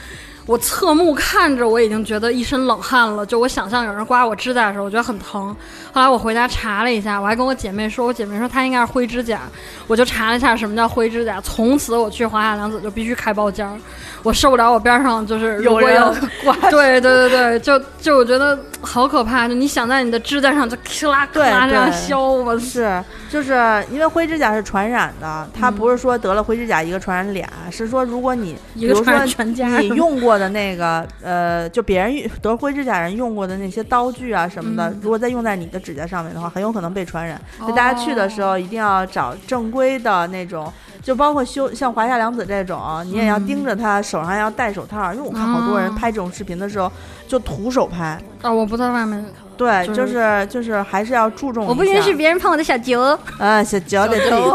我侧目看着我已经觉得一身冷汗了，就我想象有人刮我指甲的时候，我觉得很疼。后来我回家查了一下，我还跟我姐妹说，我姐妹说她应该是灰指甲，我就查了一下什么叫灰指甲。从此我去华夏良子就必须开包间儿，我受不了我边上就是如有果人有刮对对对对， (laughs) 就就我觉得好可怕，就你想在你的指甲上就咔啦咔啦对对这样削，我是，就是因为灰指甲是传染的，它嗯不是说得了灰指甲一个传染俩，是说如果你一个比如传说染全家你什么用过的那个呃，就别人用得灰指甲人用过的那些刀具啊什么的，嗯如果再用在你的指甲上面的话，很有可能被传染。哦所以大家去的时候一定要找正规的那种。就包括修像华夏良子这种，啊你也要盯着他，手上要戴手套，因为我看好多嗯人哦拍这种视频的时候就徒手拍，啊、我不在外面，对，就就是就是还是要注重一下。别人碰我的小球。啊，小脚得自己脚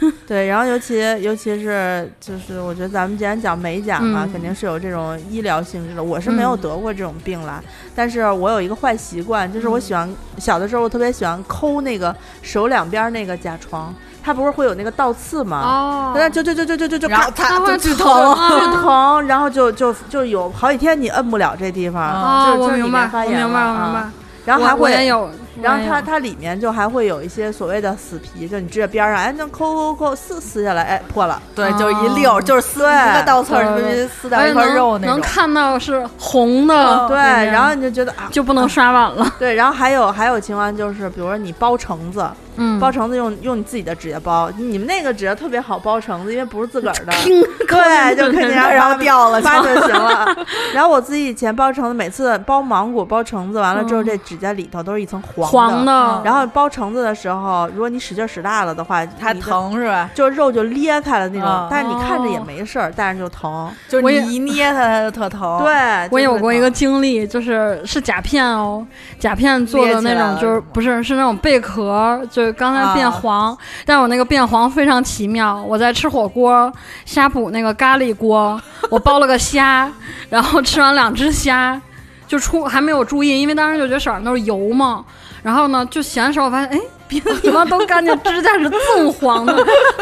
碰， (laughs) 对，然后尤其尤其是就是，我觉得咱们既然讲美甲嘛，嗯肯定是有这种医疗性质的。我是没有嗯得过这种病啦，但是我有一个坏习惯，就是嗯我喜欢小的时候，我特别喜欢抠那个手两边那个甲床，它不是会有那个倒刺吗？哦，啊那就就就就就就就然咔后他会就剧疼透了。 (laughs) 巨啊！疼，然后就就就有好几天你摁不了这地方，啊就是我就是里明白面，发我炎明了白，我明啊白。然后还哦我我也会有，然后它他它里面就还会有一些所谓的死皮，就你指甲边儿上，哎，那抠抠抠撕撕下来，哎，破了。对，就是一溜儿，就是撕对一个倒刺儿，对必对须撕到一块肉那能种。看到是红嗯的，哦对，那边然后你就觉得啊，就不能刷碗了。对，然后还有还有情况就是，比如说你包橙子，嗯 (laughs) 包橙子用用你自己的指甲包，你们那个指甲特别好包橙子，因为不是自个儿的，对，就肯定要然后掉了就扒就行了。 (laughs) 然后我自己以前包橙子，每次包芒果、包橙子，完了之后这指甲里头都是一层黄嗯黄的。的，嗯然后包橙子的时候，如果你使劲使大了的话，它你的疼是吧？就肉就裂开了那种，啊但是你看着也哦没事儿，但是就疼。就是我也你一捏它，它就特疼。对，我就有会过一疼个经历，就是是甲片哦，甲片做的那种，就是裂起来了不是是那种贝壳，就是刚才变啊黄，但我那个变黄非常奇妙。我在吃火锅，呷哺那个咖喱锅，我包了个虾，然后吃完两只虾，就出还没有注意，因为当时就觉得手上都是油嘛，然后呢就闲的时候我发现，哎。别的地方都干净，指甲是 (laughs) 锃黄的，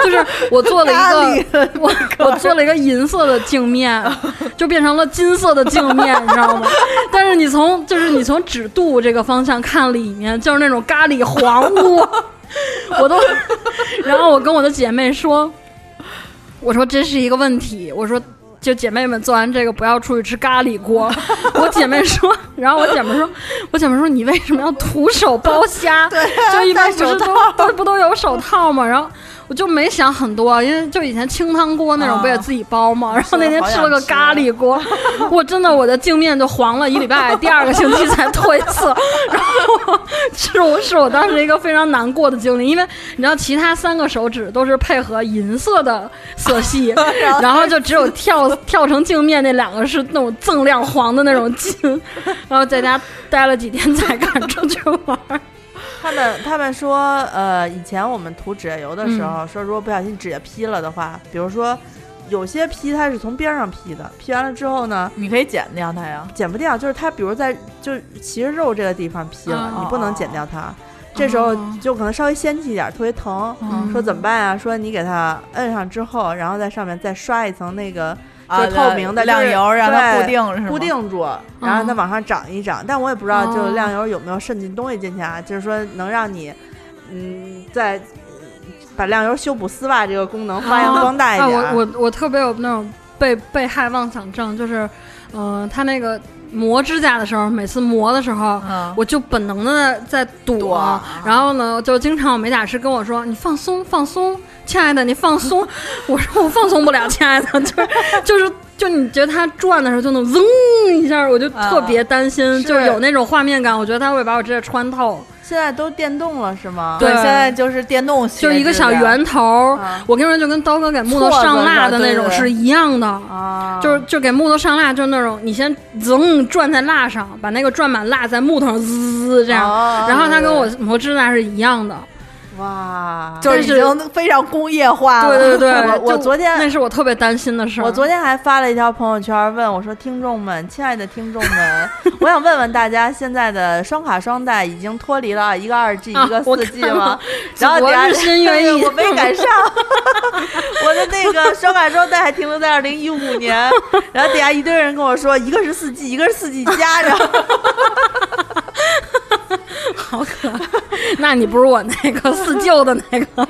就是我做了一咖个喱，我我做了一个银色的镜面，就变成了金色的镜面，你知道吗？但是你从就是你从指肚这个方向看里面，就是那种咖喱黄屋，我都。然后我跟我的姐妹说，我说这是一个问题，我说。就姐妹们做完这个不要出去吃咖喱锅，我姐妹说，然后我姐妹说，我姐妹说你为什么要徒手剥虾？对、就一般不是都都不都有手套吗？然后我就没想很多，因为就以前清汤锅那种不也自己包吗？然后那天吃啊了个咖喱锅， (laughs) 我真的我的镜面就黄了一礼拜，第二个星期才褪色。 (laughs) 然后是我是我当时一个非常难过的经历，因为你知道其他三个手指都是配合银色的色系， (laughs) 然后就只有跳跳成镜面那两个是那种锃亮黄的那种金，然后在家待了几天才敢出去玩儿。他们他们说，呃，以前我们涂指甲油的时嗯候，说如果不小心指甲劈了的话，比如说有些劈它是从边上劈的，劈完了之后呢，你可以剪掉它呀。剪不掉，就是它比如在就是其实肉这个地方劈了，哦你不能剪掉它，这时候哦就可能稍微掀起一点，特别疼。嗯说怎么办啊？说你给它摁上之后，然后在上面再刷一层那个啊，就透明的亮就是嗯油，让它对固定是吗固定住，然后它往上涨一涨。但我也不知道，就哦亮油有没有渗进东西进去啊？就是说能让你，嗯，在呃把亮油修补丝袜这个功能发扬光大一啊，点。我我我特别有那种被被害妄想症，就是，嗯、他那个磨指甲的时候，每次磨的时候，嗯，我就本能的在躲，躲然后呢，就经常有美甲师跟我说：“你放松，放松，亲爱的，你放松。”我说：“我放松不了，亲爱的。”就是就是就你觉得他转的时候就能嗡一下，我就特嗯别担心，是就有那种画面感，我觉得他会把我指甲穿透，现在都电动了是吗？对，对现在就是电动学制就的，是一个小圆头。啊我跟你说，就跟刀哥给木头嗯错上过蜡了的对那种对对是一样的。啊，就是就给木头上蜡，就是那种你先噌转在蜡上，把那个转满蜡在木头上滋这样，哦然后它跟我磨指甲是一样的。哇，就是已但是经非常工业化了。对对对，啊我我就昨天那是我特别担心的事儿。我昨天还发了一条朋友圈，问我说：“听众们，亲爱的听众们， (laughs) 我想问问大家，现在的双卡双待已经脱离了一个二 G 啊一个我四 G 看吗了？”然后祖国底下日新月异我没 (laughs) 赶上，我的那个双卡双待还停留在二零一五年。然后底下一堆人跟我说，一个是四 G，一个是四 G 加 (laughs) 着。好可爱，那你不是我那 (laughs) 个四舅的那个？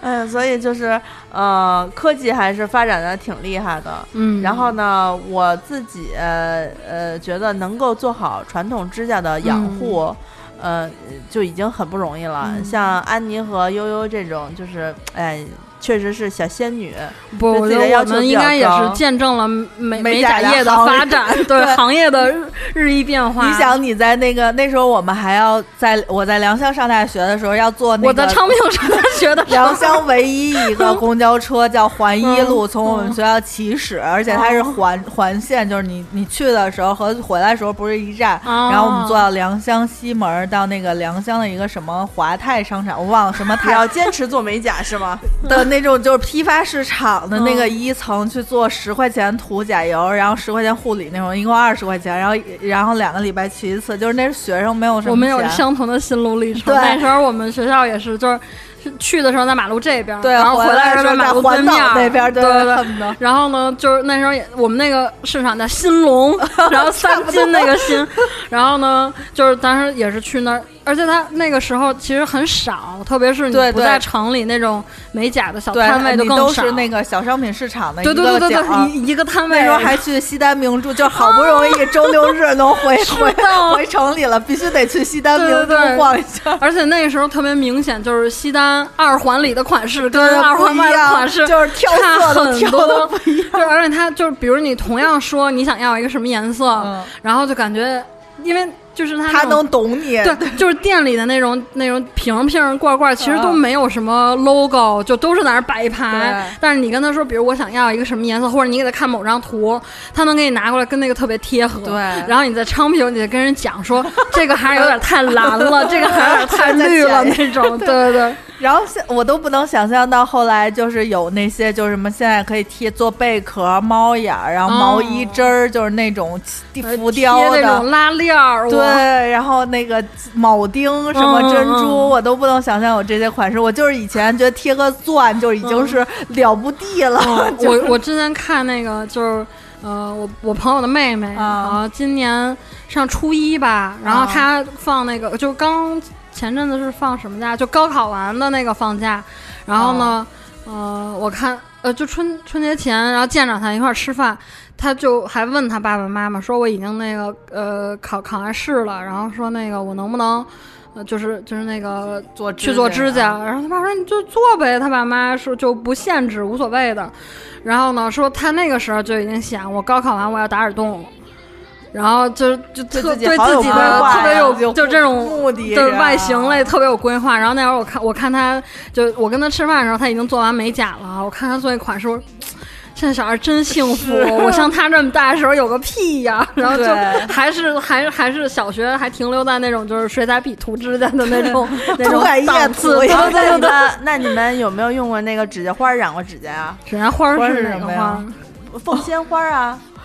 哎呀，所以就是呃，科技还是发展的挺厉害的。嗯然后呢，我自己呃呃觉得能够做好传统指甲的养护，嗯呃就已经很不容易了。像安妮和悠悠这种，就是哎，确实是小仙女。不，对我自觉得己的要我求们比应较该也高是见证了美美甲甲的业的行发 (laughs) 业展，对对行业的日日益变化。 (laughs) 你想你在那个那时候，我们还要在我在良乡上大学的时候，要坐那个我在昌平上大学 (laughs) 的时候良乡唯一一个公交车叫环一嗯路，从我们学校起始，而且它是哦环环线，就是你你去的时候和回来的时候不是一站。哦然后我们坐到良乡西门，到那个良乡的一个什么华泰商场，我忘了什么你 (laughs) 嗯泰要坚持做美甲是 (laughs) 吗？的那种，就是批发市场的嗯那个一层去做十块钱涂甲油，然后十块钱护理那种，一共二十块钱，然后然后两个礼拜去一次，就是那是学生没有什么钱。我们有相同的心路历程。对那时候我们学校也是，就是是去的时候在马路这边儿，对，然后回来的时在候马在路环岛面儿那边儿，对对对。恨不得。然后呢，就是那时候也我们那个市场叫新 (laughs) 隆，然后三金那个新，然后呢，就是当时也是去那儿，而且它那个时候其实很少，特别是对你不对在城里那种美甲的小对，摊位就你更都少。是那个小商品市场的一对个对对对角儿对，一一个摊位，那时候还去西单名著，就好不容易周六日能回回的回城里了，必须得去西单哦对名对著对逛一圈儿。而且那个时候特别明显，就是西单二环里的款式跟对二不环一外的样款式就是挑差色都很挑多的不 (laughs) 一样。就是而且它就是，比如你同样说你想要一个什么颜色，嗯然后就感觉，因为就是它他那种能懂你，对，就是店里的那种那种瓶瓶罐罐，其实嗯都没有什么 logo，就都是在那儿摆一排对。但是你跟他说，比如我想要一个什么颜色，或者你给他看某张图，他能给你拿过来，跟那个特别贴合。对然后你在昌平，你得跟人讲说，这个还是有点太蓝了，这个还有点 (laughs) 太绿了那种。对对对。然后现我都不能想象到后来就是有那些就是什么现在可以贴做贝壳、猫眼儿，然后毛衣针儿，就是那种地浮雕哦呃贴那种的。拉链儿，对，哇然后那个铆钉什嗯么嗯珍珠，嗯我都不能想象有这些款式。我就是以前觉得贴个钻就已经是了不地了， (laughs) 嗯就我我之前看那个就是。呃，我我朋友的妹妹，啊然后今年上初一吧，然后啊她放那个，就刚前阵子是放什么假？就高考完的那个放假，然后呢，啊呃，我看，呃，就春春节前，然后见着她一块儿吃饭，她就还问她爸爸妈妈说我已经那个呃考考完试了，然后说那个我能不能，呃，就是就是那个做去做指甲，然后他爸说你就做呗，他爸妈说就不限制，无所谓的。然后呢，说他那个时候就已经想，我高考完我要打耳洞，然后就就对特自己对好自有己规的划特别呀有就嗯就这种目的对是吧啊外形类特别有规划。然后那会儿我看我看他就我跟他吃饭的时候，他已经做完美甲了，我看他做那款式，我说现在小孩真幸福，我像他这么大的时候有个屁 (laughs) 呀！然后就对还是还是还是小学还停留在那种就是水彩笔涂指甲 (laughs) 的那种那种涂改液档次，涂对呀然对对后那你对。们 (laughs) 那你们有没有用过那个指甲花儿染过指甲啊？指甲花儿花儿是是哪什个么花呀儿？凤仙花儿啊！哦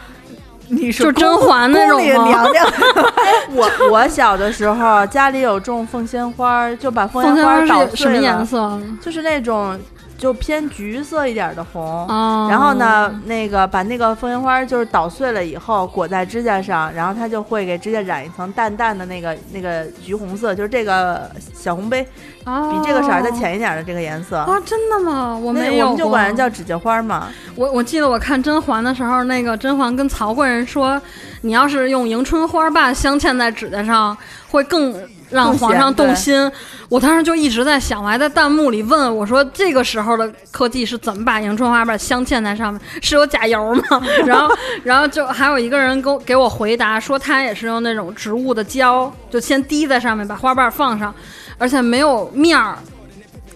你是就宫甄嬛那宫种里吗娘娘 (laughs) (laughs) 我我小的时候家里有种凤仙花儿，就把凤凤仙仙花花儿捣是碎什么了颜色？就是那种就偏橘色一点的红。哦，然后呢，那个把那个凤仙花就是捣碎了以后裹在指甲上，然后它就会给指甲染一层淡淡的那个那个橘红色，就是这个小红杯哦，比这个色儿再浅一点的这个颜色。啊，真的吗？我那没有我过，们就管人叫指甲花嘛。我我记得我看甄嬛的时候，那个甄嬛跟曹贵人说，你要是用迎春花瓣镶嵌在指甲上，会更让更显皇上动对心。我当时就一直在想，我还在弹幕里问我说，这个时候的科技是怎么把迎春花瓣镶嵌在上面？是有假油吗？ (laughs) 然后然后就还有一个人给我给我回答说，他也是用那种植物的胶，就先滴在上面，把花瓣放上，而且没有面儿。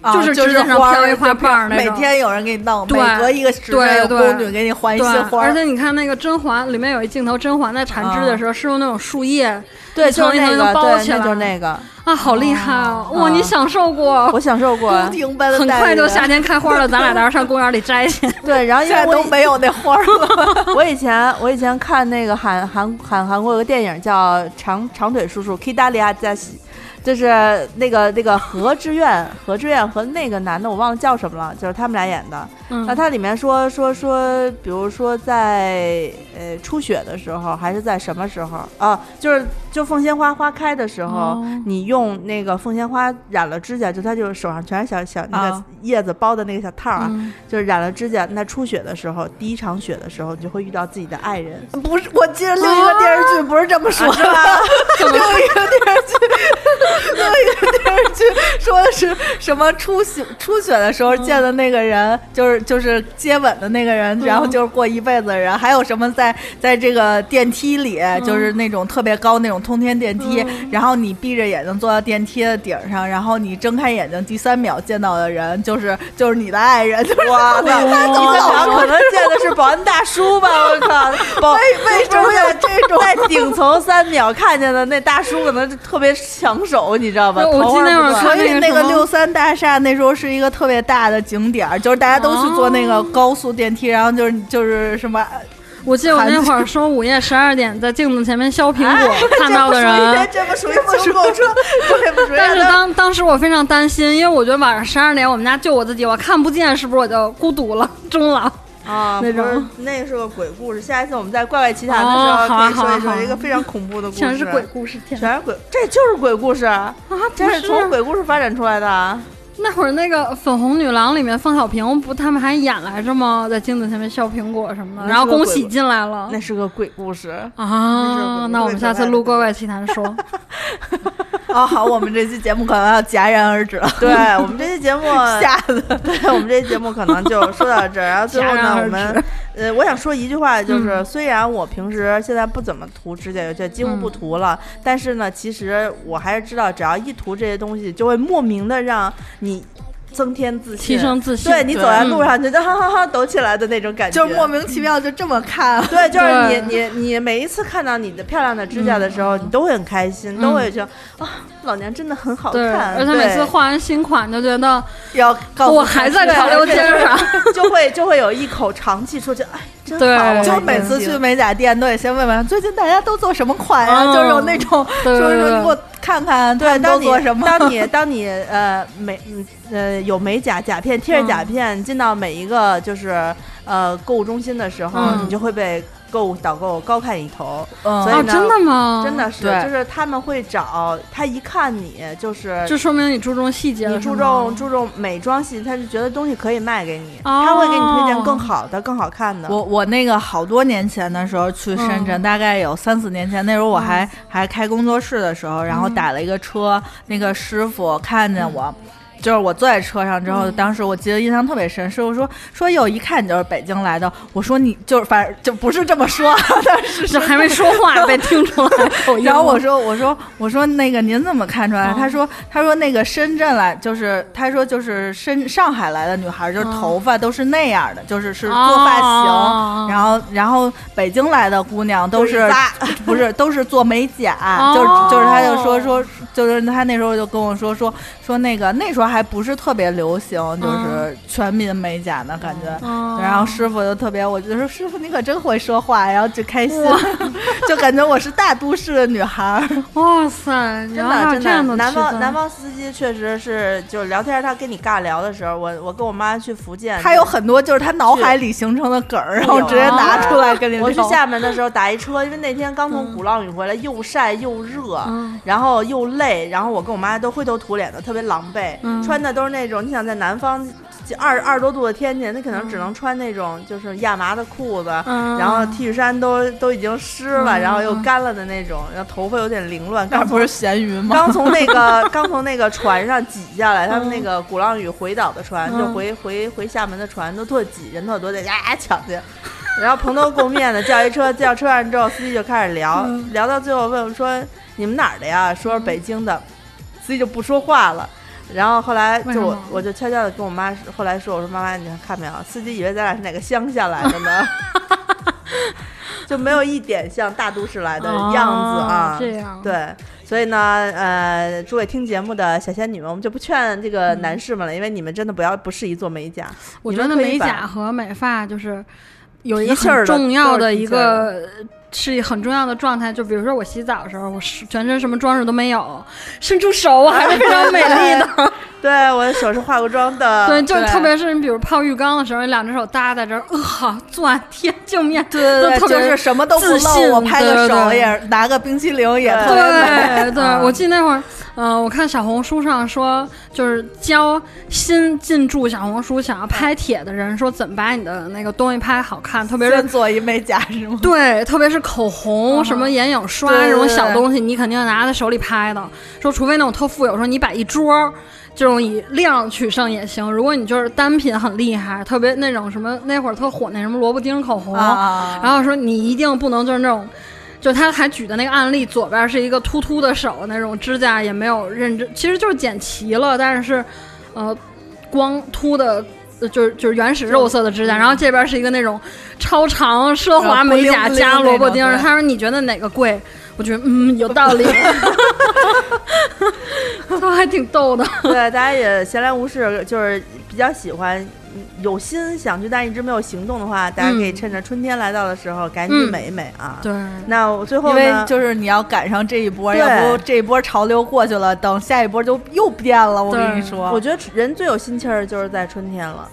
啊就是是指甲上花飘儿一花瓣儿那每种天有人给你弄，每对隔一个时对辰有对宫女给你换一对新，花而儿。且你看那个甄嬛里面有一镜头，甄嬛在缠嗯枝的时候是用那种树叶对，一层就是一层那就个，包对，起那就是来那个，啊，好厉害哦！哦哇，你享受过？我享受 (laughs) 过。宫廷般的很待快就遇夏天开花了，咱俩到时候上公园里摘 (laughs) 去。对，然后因现在为都我没有那花儿了。 (laughs) (laughs) 我以前我以前看那个韩韩韩韩国有个电影叫《长长腿叔叔》k i d a l i a 加西，就是那个那个何志远何志远和那个男的我忘了叫什么了，就是他们俩演的。那嗯，它里面说说说，比如说在呃初雪的时候，还是在什么时候啊？就是就凤仙花花开的时候，哦你用那个凤仙花染了指甲，就它就手上全是小小那个啊叶子包的那个小套儿哦啊，嗯就是染了指甲。那初雪的时候，第一场雪的时候，你就会遇到自己的爱人。不是，我记得另一个电视啊剧不是这么说的。怎么另一个电视剧，另一个电视剧说的是什么初雪初雪的时候见的那个人，就是就是接吻的那个人，然嗯后就是过一辈子的人。还有什么在在这个电梯里，嗯就是那种特别高那种通天电梯，然后你闭着眼睛坐到电梯的顶上，然后你睁开眼睛第三秒见到的人就是就是你的爱人，就是哇，哦那他第三场可能见的是保安大叔吧？我 (laughs) 靠，保为为什么要这种？在顶层三秒看见的那大叔，可能就特别抢手，你知道吧？对我记头得发那不会儿断看所以那那个个什么六三大厦那时候是一个特别大的景点儿，就是大家都去坐那哦个高速电梯，然后就是就是什么我记得我那会儿说午夜十二点在镜子前面削苹啊果看到 (laughs) 的哎人，这不属于这不属于不属于 (laughs) 这不属于但是当当时我非常担心，因为我觉得晚上十二点我们家就我自己，我看不见，是不是我就孤独了、终老？啊，那不是种那是个鬼故事。下一次我们在怪怪奇谈的时哦好候，啊可以说一好啊说一好啊个非常恐怖的故事，全是鬼，故事，天全是鬼，这就是鬼故事，啊！这不是从鬼故事发展出来的啊。那会儿那个《粉红女郎》里面，凤小平不他们还演来着吗？在镜子前面削苹果什么的，那然后是个恭鬼喜吧进来了那是个鬼故事，啊！那我们下次录《怪怪奇谈》说，哦，好，我们这期节目可能要戛然而止了， (laughs) 对我们这期节目吓得 (laughs) 对我们这期节目可能就说到这儿，然后最后戛然呢，而我们呃，我想说一句话，就是、虽然我平时现在不怎么涂指甲油，就几乎不涂了，但是呢，其实我还是知道，只要一涂这些东西，就会莫名的让你增添自 (laughs) 信，提升自信对你走在对嗯路上，觉得哈哈哈抖起来的那种感觉，就是莫名其妙就这么看。对，就是对嗯你你你每一次看到你的漂亮的指甲的时候，你都会很开心，都会觉得啊，老娘真的很好对，看。而且每次对画完新款就觉得要告诉我还在对潮流对尖对上，就会就会有一口长气出去，哎，真对好啊，就就是是每次去美甲店都得先问问最近大家都做什么款呀、嗯就是有那种对说对说你对给我看看他对，们都当你做什么。嗯当你当你呃美嗯呃有美甲甲片贴着嗯甲片、进到每一个就是呃购物中心的时候，嗯你就会被购物导购高看一头，嗯所以哦，呢真的吗？真的是，对就是他们会找他一看你就是这说明你注重细节了，你是注吗重注重美妆系，他就觉得东西可以卖给你，哦他会给你推荐更好的、更好看的。我我那个好多年前的时候去深圳，大概有三四年前，那时候我还、还开工作室的时候，然后打了一个车，那个师傅看见我。就是我坐在车上之后，当时我记得印象特别深。师傅说说有一看你就是北京来的，我说你就是反正就不是这么说，但是这还没说话被听出 (laughs) 来口音了，然后我说我说我说那个您怎么看出来？哦他说他说那个深圳来就是他说就是深上海来的女孩儿就是哦头发都是那样的，就是是做发型，哦然后然后北京来的姑娘都就是嗯啊是扎 (laughs) 不是都是做美甲，哦就是就是他就说说就是他那时候就跟我说说说那个那时候还不是特别流行，就是全民美甲的感觉。哦，然后师傅就特别，我就说师傅你可真会说话，然后就开心。 (laughs) 就感觉我是大都市的女孩儿。 (laughs) 哇塞，你真要还的有真这样的，的南区方分南方司机确实是，就聊天他跟你尬聊的时候，我我跟我妈去福建，她有很多就是她脑海里形成的梗儿，然后直接拿出来跟你聊。我去厦门的时候打一车，因为那天刚从鼓浪屿回来，又晒又热，嗯然后又累，然后我跟我妈都灰头土脸的，特别狼狈，嗯穿的都是那种你想在南方二二十多度的天气，那可能只能穿那种就是亚麻的裤子。嗯，然后 T 恤衫都都已经湿了，嗯然后又干了的那种，然后头发有点 (laughs) 凌乱，那刚不是咸鱼吗？刚从那个刚从那个船上挤下来，他们那个鼓浪屿回岛的船，嗯就回回回厦门的船都特挤，人特多，得呀抢去。然后蓬头垢面的叫一车，叫车上之后，司机就开始聊，嗯聊到最后问我说：“你们哪儿的呀？”说是北京的，司机就不说话了。然后后来为就什我么我就悄悄的跟我妈说后来说我说妈妈你看没有司机以为咱俩是哪个乡下来的呢， (laughs) 就没有一点像大都市来的样子哦，啊这样，对，所以呢，呃，诸位听节目的小仙女们，我们就不劝这个男士们了，因为你们真的不要不适宜做美甲。我你觉们得可以美把甲和美发就是有一个提气儿的很重要的一都个。是很重要的状态，就比如说我洗澡的时候，我是全身什么装饰都没有，伸出手我还是非常美丽的。对，我的手是化过妆的，对，就对特别是你比如泡浴缸的时候，你两只手搭在这儿，呃，钻天镜面，对对对，特就别是什么都不自露，信 (laughs) 我拍个对对手对也拿个冰淇淋也特别对美。对，我记得那会儿，呃，我看小红书上说，就是教新进驻小红书想要拍帖的人，说怎么把你的那个东西拍好看，特别是先做一美甲是吗？啊对，特别是口红、什么眼影刷对对这种小对东西，你肯定拿在手里拍的。说除非那种特富有，说你把一桌儿这种以量取胜也行。如果你就是单品很厉害，特别那种什么那会儿特火那什么萝卜丁口红，啊，然后说你一定不能就是那种。就他还举的那个案例，左边是一个突突的手，那种指甲也没有认真，其实就是剪齐了，但是，呃，光秃的，呃就是就是原始肉色的指甲，然后这边是一个那种超长奢华呃美甲不灵不灵的那加种萝卜丁儿。对他说你觉得哪个贵？我觉得嗯有道 (laughs) 理， (laughs) 他还挺逗的。 (laughs) 对，大家也闲来无事，就是比较喜欢。有心想去，但一直没有行动的话，大家可以嗯趁着春天来到的时候，赶紧嗯美一美啊！对，那我最后因为呢，就是你要赶上这一波，对要不这一波潮流过去了，等下一波就又变了。我跟你对说，我觉得人最有心气儿就是在春天了。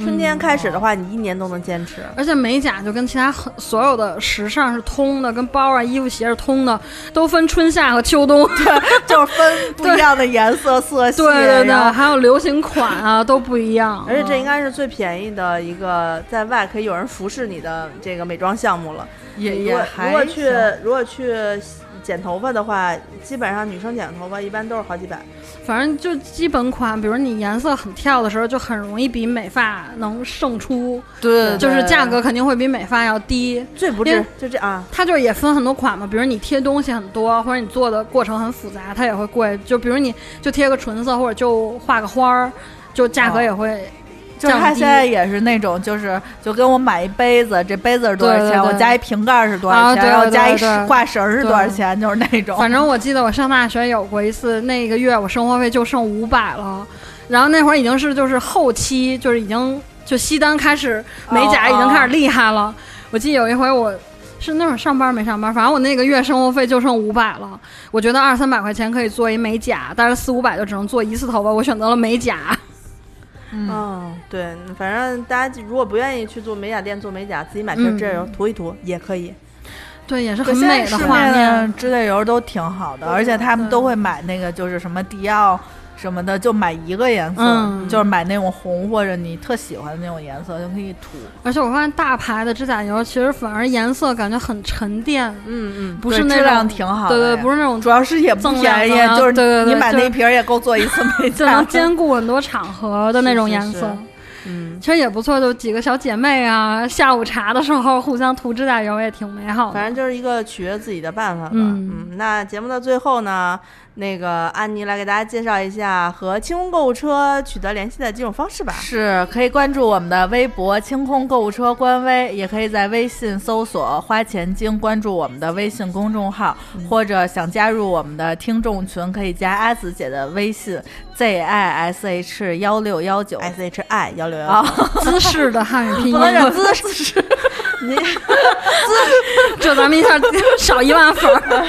春天开始的话，你一年都能坚持。而且美甲就跟其他很所有的时尚是通的，跟包啊、衣服、鞋是通的，都分春夏和秋冬。 (laughs) 啊就是分不一样的颜 (laughs) 色色系，对对对，然后还有流行款啊都不一样。啊而且这应该是最便宜的一个在外可以有人服侍你的这个美妆项目了。也如也果还如果去行如果去剪头发的话，基本上女生剪头发一般都是好几百。反正就基本款，比如你颜色很跳的时候，就很容易比美发能胜出，对，就是对价格肯定会比美发要低。最不因值为就这啊，它就是也分很多款嘛，比如你贴东西很多，或者你做的过程很复杂，它也会贵。就比如你就贴个唇色，或者就画个花儿，就价格哦也会就是他降低现在也是那种，就是就跟我买一杯子，这杯子是多少对钱？对我对加一瓶盖是多少啊钱？对然后对加一对对挂绳儿是多少钱？就是那种。反正我记得我上大学有过一次，那个月我生活费就剩五百了，然后那会儿已经是就是后期，就是已经就西单开始美哦甲已经开始厉害了。我记得有一回我。是那会儿上班没上班，反正我那个月生活费就剩五百了。我觉得二三百块钱可以做一美甲，但是四五百就只能做一次头发。我选择了美甲，嗯，嗯，对，反正大家如果不愿意去做美甲店做美甲，自己买瓶嗯指甲油涂一涂也可以。对，也是对很现在美的市画面面。指甲油都挺好的，对而且他们对都会买那个就是什么迪奥什么的，就买一个颜色，嗯就是买那种红或者你特喜欢的那种颜色就可以涂。而且我发现大牌的指甲油其实反而颜色感觉很沉淀，嗯嗯，不是对那质量种挺好的对呀，对，不是那种主要是也不锃便亮宜，的就是对对对你买就那是瓶儿也够做一次 (laughs) 美就甲能了。兼顾很多场合的那种颜色，是是是嗯。其实也不错。就几个小姐妹啊，下午茶的时候互相涂指甲油也挺美好的。反正就是一个取悦自己的办法吧。嗯嗯，那节目的最后呢，那个安妮来给大家介绍一下和清空购物车取得联系的几种方式吧。是可以关注我们的微博“清空购物车”官微，也可以在微信搜索“花钱精”，关注我们的微信公众号，嗯或者想加入我们的听众群，可以加阿紫姐的微信 z i s h 哎幺六幺九。 S H I 幺六幺啊，姿势的汉语拼 (laughs) 不能音，忍姿势，你。这咱们一下少一万粉儿， (laughs)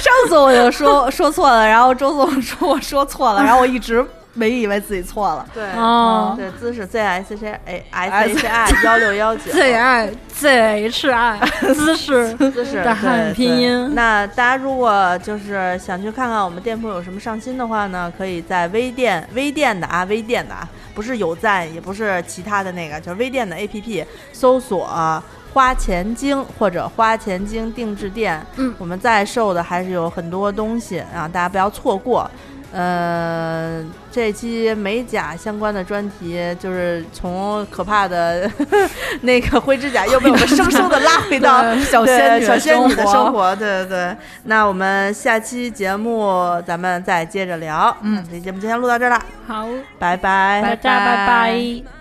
上次我就说说错了，然后周总说我说错了，然后我一直没以为自己错了 (laughs) 对哦对姿势 Z S H A 哎 S H I 幺六幺 (laughs) 九 Z I Z H I 姿势， (laughs) 姿势大汉对拼对音那大家如果就是想去看看我们店铺有什么上新的话呢，可以在微店微店的啊微店的啊，不是有赞，也不是其他的那个，就是微店的 APP 搜索、花钱精或者花钱精定制店，嗯我们在售的还是有很多东西啊，大家不要错过。呃，这期美甲相关的专题，就是从可怕的 (laughs) 那个灰指甲又被我们 (laughs) 生生的拉回到小对仙女小仙女的活，生活，对对对。那我们下期节目咱们再接着聊，嗯，这节目今天录到这儿了，好，拜拜大家拜拜。